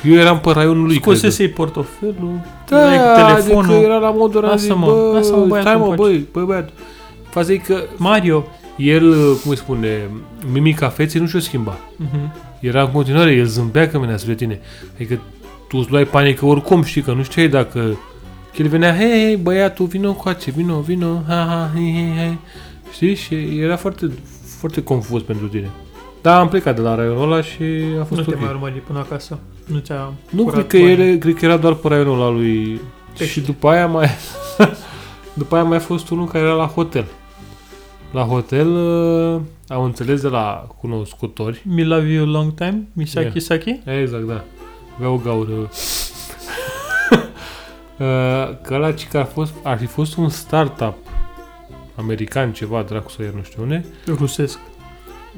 Speaker 1: Eu eram pe raionul lui, cred.
Speaker 2: Scosese-i portofelul,
Speaker 1: Da,
Speaker 2: dai cu
Speaker 1: telefonul.
Speaker 2: telefonul.
Speaker 1: adică era la modul ăla, zic,
Speaker 2: Lasă-mă,
Speaker 1: bă,
Speaker 2: lasă-mă, băiatul,
Speaker 1: stai mă,
Speaker 2: îmi
Speaker 1: băi, băi, băiat. Faza e că
Speaker 2: Mario.
Speaker 1: el, cum îi spune, mimica feței nu și-o schimba.
Speaker 2: Uh-huh.
Speaker 1: Era în continuare, el zâmbea că venea spre tine. Adică tu îți luai panică oricum, știi că nu știai dacă... Că el venea, hei, hei, băiatul, vino coace, vino, vino, ha, ha, hei, hei, hei. Știi? Și era foarte, foarte confuz pentru tine. Dar am plecat de la raionul ăla și a
Speaker 2: Nu
Speaker 1: fost
Speaker 2: te
Speaker 1: ok.
Speaker 2: mai urmări până acasă. Nu ți-a
Speaker 1: Nu
Speaker 2: curat
Speaker 1: cred că
Speaker 2: banii.
Speaker 1: ele, cred că era doar pe raionul ăla lui...
Speaker 2: Pește.
Speaker 1: Și după aia mai... după aia mai a fost unul care era la hotel. La hotel uh, am înțeles de la cunoscutori.
Speaker 2: Mi love you long time, Misaki
Speaker 1: Yeah.
Speaker 2: Saki.
Speaker 1: Exact, da. Avea o gaură. uh, că ăla ci că ar, fost, ar fi fost un startup american ceva, dracu să ia nu știu unde,
Speaker 2: Rusesc.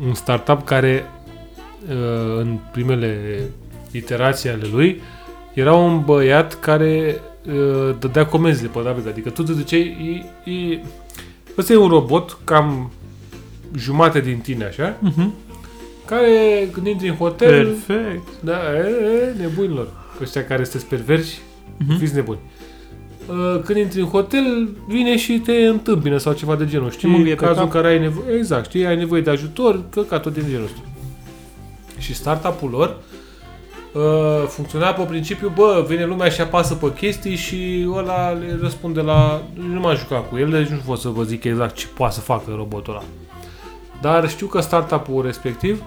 Speaker 1: un startup care uh, în primele iterații ale lui era un băiat care uh, dădea comenzi de pe David. Adică tu te duceai, e, e, ăsta e un robot cam jumate din tine așa,
Speaker 2: Mhm.
Speaker 1: care când intri în hotel,
Speaker 2: Perfect.
Speaker 1: da, e, e, nebunilor, ăștia care sunteți perversi,
Speaker 2: Mhm.
Speaker 1: fiți nebuni. Uh, Când intri în hotel, vine și te întâmpină sau ceva de genul. Știi,
Speaker 2: mângâie
Speaker 1: în
Speaker 2: pe
Speaker 1: cazul în
Speaker 2: cap.
Speaker 1: care ai nevoie, exact, știi, ai nevoie de ajutor, că ca tot din genul ăsta. Și startup-ul lor uh, funcționa pe principiu, bă, vine lumea și apasă pe chestii și ăla le răspunde la... Nu m-am jucat cu el, deci nu pot să vă zic exact ce poate să facă robotul ăla. Dar știu că startup-ul respectiv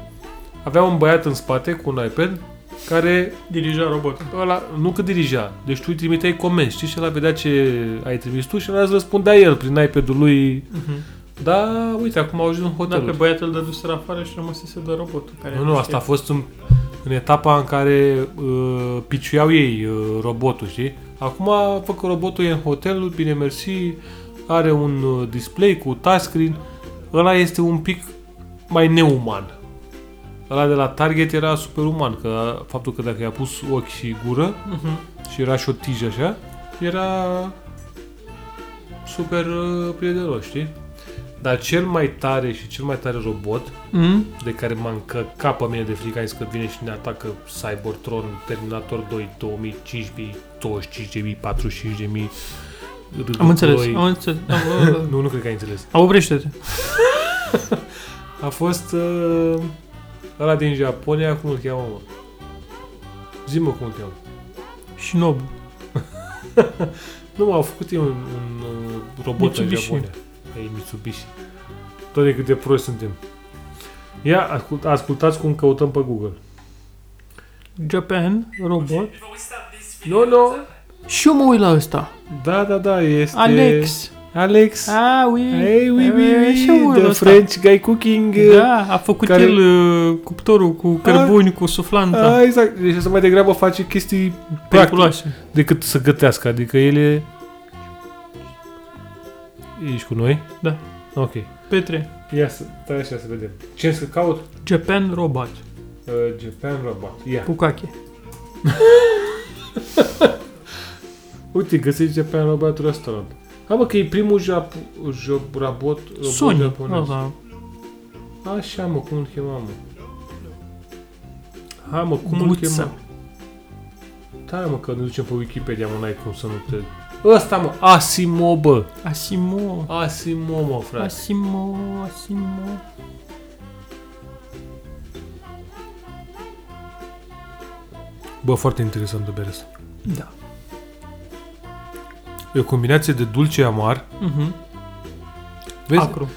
Speaker 1: avea un băiat în spate cu un iPad care
Speaker 2: Dirija robotul.
Speaker 1: ăla, nu că dirija. Deci tu îi trimiteai comenzi, știi? Și ăla vedea ce ai trimis tu și ăla îți răspundea el prin iPad-ul lui.
Speaker 2: Mhm.
Speaker 1: Da, uite, acum au ajuns în
Speaker 2: Da, pe
Speaker 1: hotel.
Speaker 2: băiat îl dăduse afară și rămăsese de robotul. Care
Speaker 1: Nu, nu, asta a fost în, în etapa în care uh, piciuiau ei uh, robotul, știi? Acum, fă că robotul e în hotel, bine mersi, are un uh, display cu touchscreen. Ăla este un pic mai neuman. Ăla de la Target era superuman, că faptul că dacă i-a pus ochi și gură,
Speaker 2: Mhm.
Speaker 1: și era și o tijă așa, era super uh, prietenos, știi? Dar cel mai tare și cel mai tare robot
Speaker 2: Mhm.
Speaker 1: de care m-a încăcat pe mine de frică, am zis că vine și ne atacă Cybertron, Terminator 2, 2015, 25.000, 45.000,
Speaker 2: Am înțeles,
Speaker 1: Doi.
Speaker 2: am înțeles. Am, am,
Speaker 1: Nu, nu cred că ai înțeles.
Speaker 2: am oprește-te.
Speaker 1: A fost uh, ăla din Japonia, cum îl cheamă, mă? Zi-mă cum îl cheamă.
Speaker 2: Shinobu.
Speaker 1: Nu, m-au făcut ei un, un uh, robot în
Speaker 2: Mitsubishi.
Speaker 1: Japonia. Ei, Mitsubishi. Doamne, cât de proști suntem. Ia, ascult, ascultați cum căutăm pe Google.
Speaker 2: Japan, robot.
Speaker 1: Nu, nu.
Speaker 2: Și eu mă uit la ăsta.
Speaker 1: Da, da, da, este...
Speaker 2: Alex.
Speaker 1: Alex.
Speaker 2: Ah, oui.
Speaker 1: Hey, oui, oui,
Speaker 2: Eh, și eu mă
Speaker 1: oui,
Speaker 2: uit la
Speaker 1: the
Speaker 2: ăsta.
Speaker 1: French guy cooking. uh,
Speaker 2: Da, a făcut
Speaker 1: care-
Speaker 2: el uh, cuptorul cu cărbuni, cu suflanta.
Speaker 1: Ah, exact. Deci asta mai degrabă face chestii practice
Speaker 2: periculoase.
Speaker 1: decât să gătească. Adică ele... Ești cu noi?
Speaker 2: Da.
Speaker 1: Ok.
Speaker 2: Petre,
Speaker 1: Ia să, stai așa să vedem. Ce să caut?
Speaker 2: Japan Robot,
Speaker 1: Uh, Japan Robot. Ia.
Speaker 2: Pukake.
Speaker 1: Uite, găsești Japan Robot Restaurant. Ha, mă, că e primul jap, job, robot, robot
Speaker 2: Sony,
Speaker 1: japonez.
Speaker 2: ăla,
Speaker 1: Așa, mă, cum îl chema, mă? Ha, mă, cum îl
Speaker 2: Guța.
Speaker 1: chema? Da, mă, că ne ducem pe Wikipedia, mă, n-ai cum să nu te... Ăsta, mă, Asimo, bă.
Speaker 2: Asimo,
Speaker 1: Asimo, mă, frate.
Speaker 2: Asimo, Asimo.
Speaker 1: Bă, foarte interesantă berea asta.
Speaker 2: Da.
Speaker 1: E o combinație de dulce-amar.
Speaker 2: Mhm.
Speaker 1: Vezi?
Speaker 2: Acru.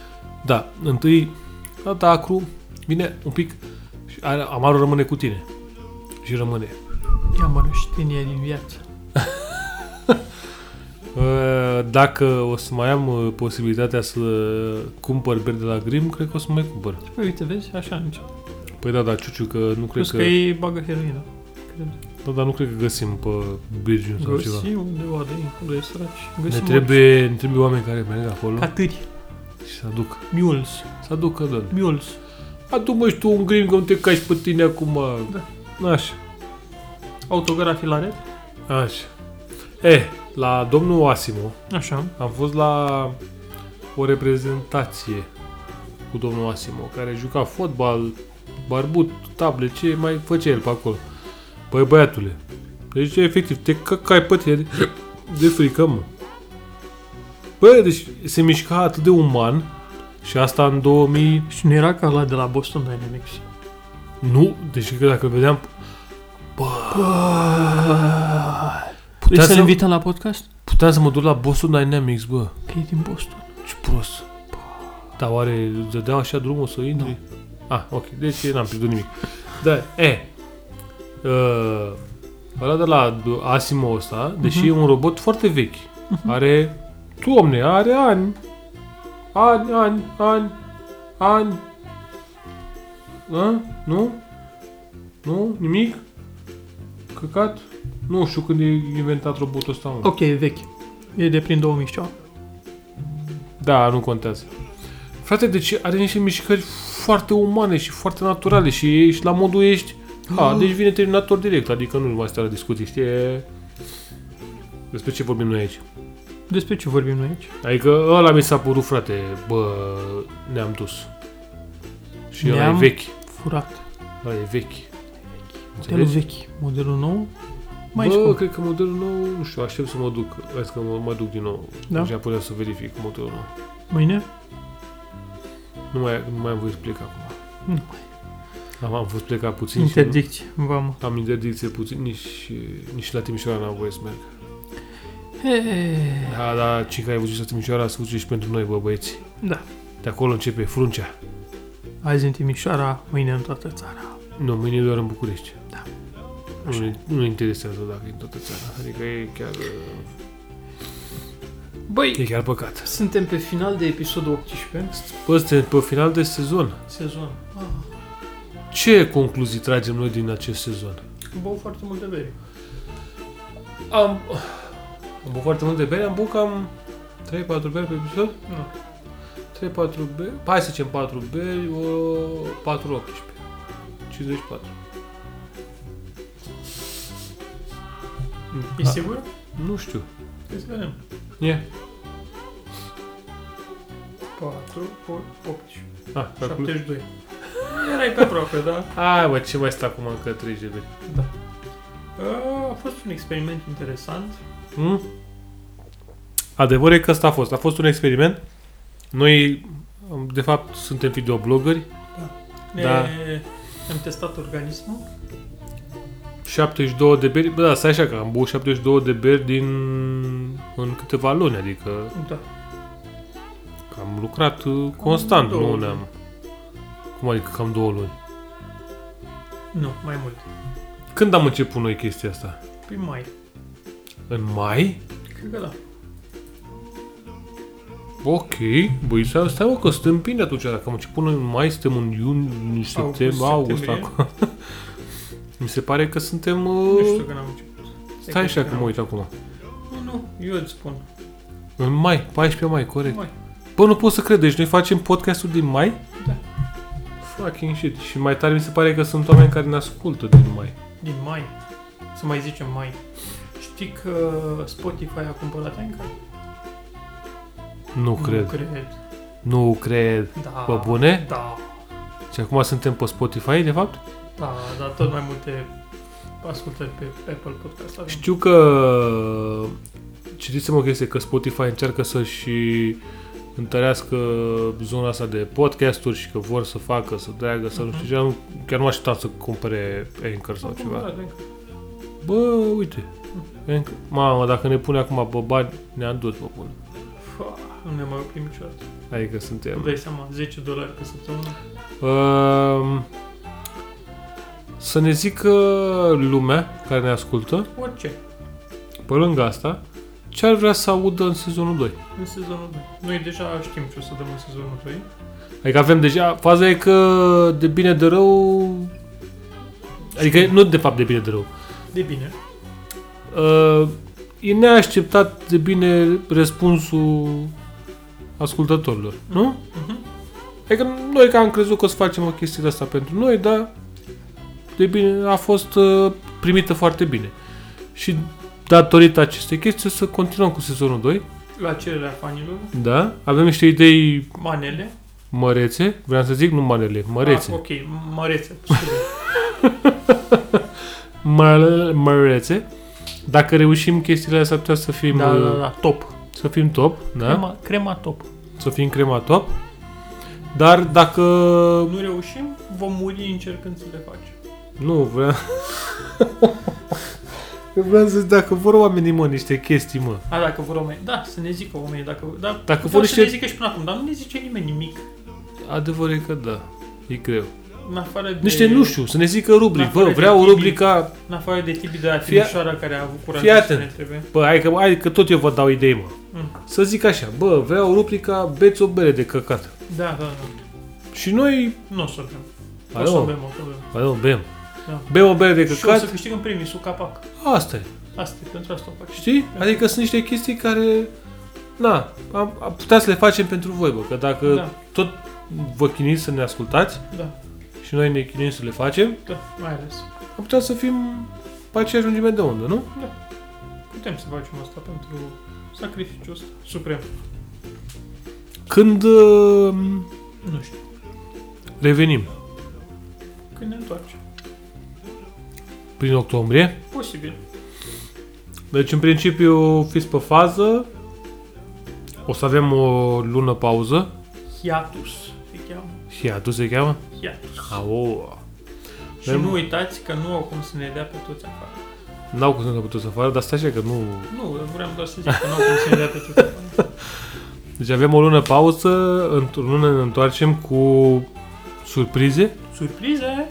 Speaker 1: Da, întâi data acru, vine un pic și a- amarul rămâne cu tine. Și rămâne.
Speaker 2: Ia mărăștenie din viață.
Speaker 1: Uh, Dacă o să mai am uh, posibilitatea să cumpăr beri de la Grim, cred că o să mai cumpăr.
Speaker 2: Păi uite, vezi, așa începe.
Speaker 1: Păi da, da, Ciuciu, că nu cred
Speaker 2: Plus
Speaker 1: că...
Speaker 2: că, ei bagă heroină. Cred.
Speaker 1: Da, dar nu cred că găsim pe Birgiu sau ceva.
Speaker 2: Găsi undeva de acolo, e săraci.
Speaker 1: Ne
Speaker 2: Găsim
Speaker 1: trebuie, ne trebuie oameni care merg acolo
Speaker 2: orice. Catâri,
Speaker 1: și să aducă.
Speaker 2: mules,
Speaker 1: Să aducă, doamne.
Speaker 2: mules.
Speaker 1: Adu mă și tu un Grim, că nu te cași pe tine acum. Da. Așa.
Speaker 2: Autografii la red.
Speaker 1: Așa. Eh, la domnul Asimo,
Speaker 2: Așa.
Speaker 1: Am fost la o reprezentație cu domnul Asimo, care juca fotbal, barbut, table, ce mai făcea el pe acolo. Păi băiatule, deci efectiv, te căcai pe tine de, de frică, mă. Bă, deci se mișca atât de uman și asta în 2000...
Speaker 2: Și nu era ca la de la Boston Dynamics.
Speaker 1: Nu, deci că dacă îl vedeam...
Speaker 2: Putea
Speaker 1: Putea
Speaker 2: să-l
Speaker 1: să-
Speaker 2: invităm la podcast?
Speaker 1: Puteam să mă duc la Boston Dynamics, bă.
Speaker 2: Că e din Boston.
Speaker 1: Ce prost. Dar oare îți dădea așa drumul să intri? Nu. Ah, ok. Deci n-am pierdut nimic. Da, e. Uh, ăla de la Asimo ăsta, deși uh-huh. e un robot foarte vechi, uh-huh. are... Doamne, are ani. Ani, ani, ani, ani. A? Nu? Nu? Nimic? Căcat? Nu știu când e inventat robotul ăsta, mă.
Speaker 2: Ok, e vechi. E de prin 2000 și ceva.
Speaker 1: Da, nu contează. Frate, deci are niște mișcări foarte umane și foarte naturale și ești la modul ești... A,
Speaker 2: Ah.
Speaker 1: deci vine Terminator direct, adică nu mai stă la discuții, știi? E- Despre ce vorbim noi aici?
Speaker 2: Despre ce vorbim noi aici?
Speaker 1: Adică ăla mi s-a părut, frate, bă, ne-am dus. Și ăla e
Speaker 2: Ne-am-
Speaker 1: vechi.
Speaker 2: Furat.
Speaker 1: Ăla e vechi.
Speaker 2: Modelul
Speaker 1: Înțelegi?
Speaker 2: vechi. Modelul nou? Mai
Speaker 1: Bă,
Speaker 2: scump.
Speaker 1: cred că modelul nou, nu știu, aștept să mă duc. Hai că mă, mă duc din nou
Speaker 2: Da.
Speaker 1: în Japonia să verific modelul nou.
Speaker 2: Mâine?
Speaker 1: Nu mai, nu mai am voie să plec acum.
Speaker 2: Nu.
Speaker 1: Am, am fost plecat puțin și
Speaker 2: Interdicție. Vamă.
Speaker 1: am interdicție puțin, nici, nici la Timișoara n-am voie să merg.
Speaker 2: Eh. He,
Speaker 1: Da, da, cei care ai văzut la Timișoara, să văzut și pentru noi, bă, băieți.
Speaker 2: Da.
Speaker 1: De acolo începe fruncea.
Speaker 2: Azi în Timișoara, mâine în toată țara.
Speaker 1: Nu, mâine e doar în București.
Speaker 2: Da.
Speaker 1: Nu, ne- nu ne interesează dacă e în toată țara. Adică e chiar, uh, e
Speaker 2: Băi,
Speaker 1: chiar păcat.
Speaker 2: suntem pe final de episodul 18,
Speaker 1: Bă, suntem pe final de sezon.
Speaker 2: sezon. Ah,
Speaker 1: Ce concluzii tragem noi din acest sezon?
Speaker 2: bău foarte mult de bere.
Speaker 1: Am, am băut foarte multe beri, am băut cam 3-4 beri pe episod.
Speaker 2: Nu.
Speaker 1: 3-4 beri, hai să zicem 4 beri, o 4 18. 54.
Speaker 2: E
Speaker 1: Da.
Speaker 2: sigur?
Speaker 1: Nu știu.
Speaker 2: Hai să vedem.
Speaker 1: E.
Speaker 2: 4 por 18.
Speaker 1: Ah, calcul.
Speaker 2: 72. Erai pe aproape, da?
Speaker 1: Hai, mă, ce mai stă acum încă 30 de beri?
Speaker 2: A, a fost un experiment interesant.
Speaker 1: Mm? Adevărul e că asta a fost. A fost un experiment. Noi, de fapt, suntem videoblogări.
Speaker 2: Ne...
Speaker 1: Da.
Speaker 2: Am testat organismul.
Speaker 1: 72 de beri. Bă, da, stai așa că am băut 72 de beri din... în câteva luni. Adică
Speaker 2: Da.
Speaker 1: că am lucrat uh, constant.
Speaker 2: două
Speaker 1: Nu
Speaker 2: luni.
Speaker 1: ne-am... Cum adică cam două luni?
Speaker 2: Nu, mai mult.
Speaker 1: Când am început noi chestia asta?
Speaker 2: Păi mai.
Speaker 1: În mai?
Speaker 2: Cred că da.
Speaker 1: Ok, băi, stai, stai mă, că suntem bine atunci, dacă am început noi în mai, suntem în iunie, septembrie, august,
Speaker 2: septembrie.
Speaker 1: acum. Mi se pare că suntem...
Speaker 2: Nu
Speaker 1: uh,
Speaker 2: știu când am început.
Speaker 1: Stai așa că
Speaker 2: când
Speaker 1: mă uit acum.
Speaker 2: Nu, nu, eu îți spun.
Speaker 1: În mai, 14 mai, corect.
Speaker 2: Mai.
Speaker 1: Bă, nu pot să cred, deci noi facem podcastul din mai?
Speaker 2: Da.
Speaker 1: Fucking shit. Și mai tare mi se pare că sunt oameni care ne ascultă din mai.
Speaker 2: Din mai. Să mai zicem mai. Știi că Spotify a cumpărat Anchor?
Speaker 1: Nu cred.
Speaker 2: Nu cred.
Speaker 1: Nu cred.
Speaker 2: Da.
Speaker 1: Pe bune?
Speaker 2: Da.
Speaker 1: Și acum suntem pe Spotify, de fapt?
Speaker 2: Da, dar tot mai multe ascultări pe Apple Podcast avem.
Speaker 1: Știu că... Citisem o chestie că Spotify încearcă să-și întărească zona asta de podcasturi și că vor să facă, să dreagă, să nu știu ce. Nu- Chiar nu așteptam să cumpere Anchor sau
Speaker 2: Acum,
Speaker 1: ceva.
Speaker 2: da, de-
Speaker 1: Bă, uite. Încă... Mamă, dacă ne pune acum pe bani, ne-am dus pe bun.
Speaker 2: Fa, Nu ne mai oprim niciodată.
Speaker 1: Adică
Speaker 2: Îmi
Speaker 1: suntem...
Speaker 2: dai seama, 10 dolari pe săptămână.
Speaker 1: Um, să ne zică lumea care ne ascultă,
Speaker 2: Orice.
Speaker 1: pe lângă asta, ce ar vrea să audă în sezonul 2.
Speaker 2: În sezonul 2. Noi deja știm ce o să dăm în sezonul 2.
Speaker 1: Adică avem deja... Faza e că de bine de rău... Adică nu de fapt de bine de rău.
Speaker 2: De bine.
Speaker 1: Uh, e neașteptat de bine răspunsul ascultătorilor, nu?
Speaker 2: Mhm.
Speaker 1: Adică noi că am crezut că o să facem o chestie de asta pentru noi, dar de bine a fost uh, primită foarte bine. Și datorită acestei chestii o să continuăm cu sezonul 2,
Speaker 2: La cererea fanilor,
Speaker 1: da? Avem niște idei
Speaker 2: manele.
Speaker 1: mărețe, vreau să zic nu manele,
Speaker 2: Ah,
Speaker 1: mărețe.
Speaker 2: ok, mărețe. scuze.
Speaker 1: Mă- Mărețe. Dacă reușim chestiile astea, ar putea să fim,
Speaker 2: da, da,
Speaker 1: uh,
Speaker 2: da, top.
Speaker 1: Să fim top, da?
Speaker 2: Crema, crema top.
Speaker 1: Să fim crema top. Dar dacă...
Speaker 2: Nu reușim, vom muri încercând să le facem.
Speaker 1: Nu, vreau... Că vreau să zic, dacă vor oamenii, mă, niște chestii, mă.
Speaker 2: A, dacă vor oameni, da, să ne zică oamenii, dacă, da,
Speaker 1: Dacă
Speaker 2: vreau
Speaker 1: vor
Speaker 2: să
Speaker 1: niște-
Speaker 2: ne zică și până acum, dar nu ne zice nimeni nimic,
Speaker 1: Adevărul e că da. E Da, greu.
Speaker 2: în afară de,
Speaker 1: Niște, nu știu, să ne zică rubrici.
Speaker 2: Dacă
Speaker 1: Bă, vreau
Speaker 2: efectiv-
Speaker 1: rubrica...
Speaker 2: în afară de Tibi de la
Speaker 1: Fii a-
Speaker 2: Timișoara care a avut curajul
Speaker 1: fii
Speaker 2: să
Speaker 1: atent.
Speaker 2: ne întrebe.
Speaker 1: Bă, hai că, hai că tot eu vă dau idei, mă.
Speaker 2: Mm.
Speaker 1: Să zic așa, bă, vreau rubrica beți o bere de căcat.
Speaker 2: Da, da, da, și
Speaker 1: Și noi...
Speaker 2: nu o să bem, o
Speaker 1: Alo?
Speaker 2: să bem, o să bem.
Speaker 1: Păi, Bă, nu, bem.
Speaker 2: Da.
Speaker 1: Bem o bere de
Speaker 2: Și o
Speaker 1: căcat,
Speaker 2: să câștigăm primii, sub capac.
Speaker 1: asta e.
Speaker 2: Asta e, pentru asta o fac.
Speaker 1: Știi? Adică sunt niște chestii care... Na, am, am putea să le facem pentru voi, bă. Că dacă
Speaker 2: Da.
Speaker 1: tot vă chiniți să ne ascultați
Speaker 2: Da,
Speaker 1: și noi ne chinuim să le facem,
Speaker 2: da, mai ales.
Speaker 1: am putea să fim pe aceeași lungime de undă, nu?
Speaker 2: Putem să facem asta pentru sacrificiul ăsta suprem.
Speaker 1: Când uh,
Speaker 2: Nu știu,
Speaker 1: revenim
Speaker 2: când ne întoarcem.
Speaker 1: prin octombrie,
Speaker 2: Posibil.
Speaker 1: deci în principiu fiți pe fază, o să avem o lună pauză,
Speaker 2: Hiatus se cheamă.
Speaker 1: hiatus se cheamă?
Speaker 2: Hiatus.
Speaker 1: Au,
Speaker 2: Și
Speaker 1: Vrem-
Speaker 2: nu uitați că nu au cum să ne dea pe toți afară.
Speaker 1: n-au cum să ne putut să afară, dar stai așa că nu...
Speaker 2: Nu, vreau doar să zic că nu au cum să ne dea pe toți afară.
Speaker 1: Deci avem o lună pauză, într-o lună ne întoarcem cu surprize.
Speaker 2: Surprize?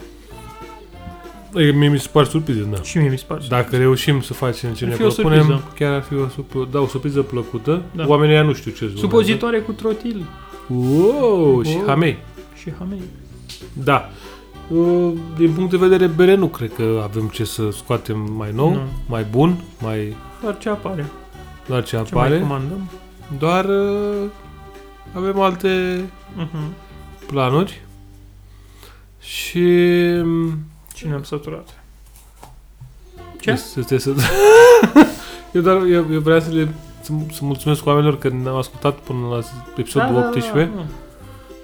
Speaker 1: E, Mie mi se par surprize, da.
Speaker 2: Și mie mi se pare.
Speaker 1: Dacă reușim să facem ce
Speaker 2: Ar
Speaker 1: ne
Speaker 2: fi o
Speaker 1: propunem,
Speaker 2: surpriză.
Speaker 1: chiar ar fi o, surp- da, o surpriză plăcută.
Speaker 2: Da.
Speaker 1: Oamenii ăia nu știu ce zonă.
Speaker 2: Supozitoare cu trotil
Speaker 1: Wow, și
Speaker 2: Wow.
Speaker 1: hamei.
Speaker 2: și hamei.
Speaker 1: Da. Uh, Din punct de vedere bere, nu cred că avem ce să scoatem mai nou,
Speaker 2: Nu.
Speaker 1: mai bun, mai
Speaker 2: Doar ce apare.
Speaker 1: doar ce
Speaker 2: Ce mai
Speaker 1: apare.
Speaker 2: comandăm?
Speaker 1: doar uh, avem alte
Speaker 2: Mhm.
Speaker 1: planuri. Și... mm,
Speaker 2: Și ne-am săturat. Ce?
Speaker 1: Este, este, este, eu, doar, eu, eu vreau să le să, să mulțumesc oamenilor că ne-au ascultat până la episodul 18.
Speaker 2: Da, da.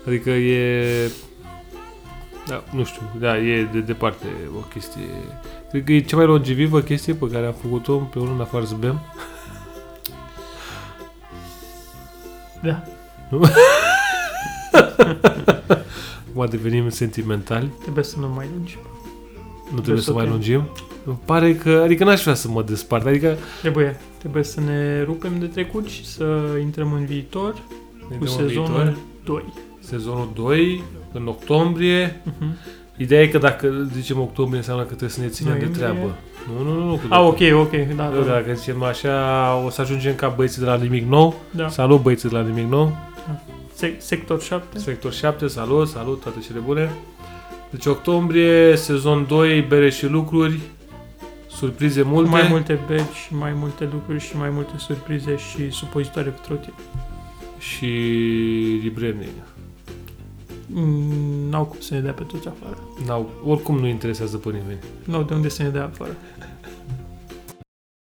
Speaker 1: Adică e... Da, nu știu, da, e de departe o chestie... Cred că e cea mai longevivă chestie pe care am făcut-o împreună în afară să bem.
Speaker 2: Da.
Speaker 1: Acum devenim sentimentali,
Speaker 2: Trebuie să nu mai lungi.
Speaker 1: nu trebuie să
Speaker 2: să
Speaker 1: mai
Speaker 2: te-
Speaker 1: lungim. Îmi pare că... Adică n-aș vrea să mă despart, adică...
Speaker 2: Trebuie. Trebuie să ne rupem de trecut și să intrăm în viitor cu
Speaker 1: Vedem în
Speaker 2: sezonul
Speaker 1: viitor.
Speaker 2: 2.
Speaker 1: Sezonul 2, în octombrie.
Speaker 2: Mhm.
Speaker 1: Ideea e că dacă zicem octombrie înseamnă că trebuie să ne ținem de
Speaker 2: Noiembrie.
Speaker 1: treabă. Nu, nu, nu, nu. cu
Speaker 2: A,
Speaker 1: data.
Speaker 2: ok, ok, da, da, da.
Speaker 1: Dacă zicem așa, o să ajungem ca băieții de la Nimic Nou.
Speaker 2: da.
Speaker 1: Salut băieții de la Nimic Nou.
Speaker 2: Se- sector 7.
Speaker 1: Sector 7, salut, salut, toate cele bune. Deci octombrie, sezon 2, bere și lucruri, surprize multe.
Speaker 2: Mai multe beci și mai multe lucruri și mai multe surprize și supozitoare cu trotil.
Speaker 1: Și Libremning.
Speaker 2: Mm, N-au cum să ne dea pe toți afară.
Speaker 1: N-au, oricum nu interesează pe nimeni.
Speaker 2: N-au de unde să ne dea afară.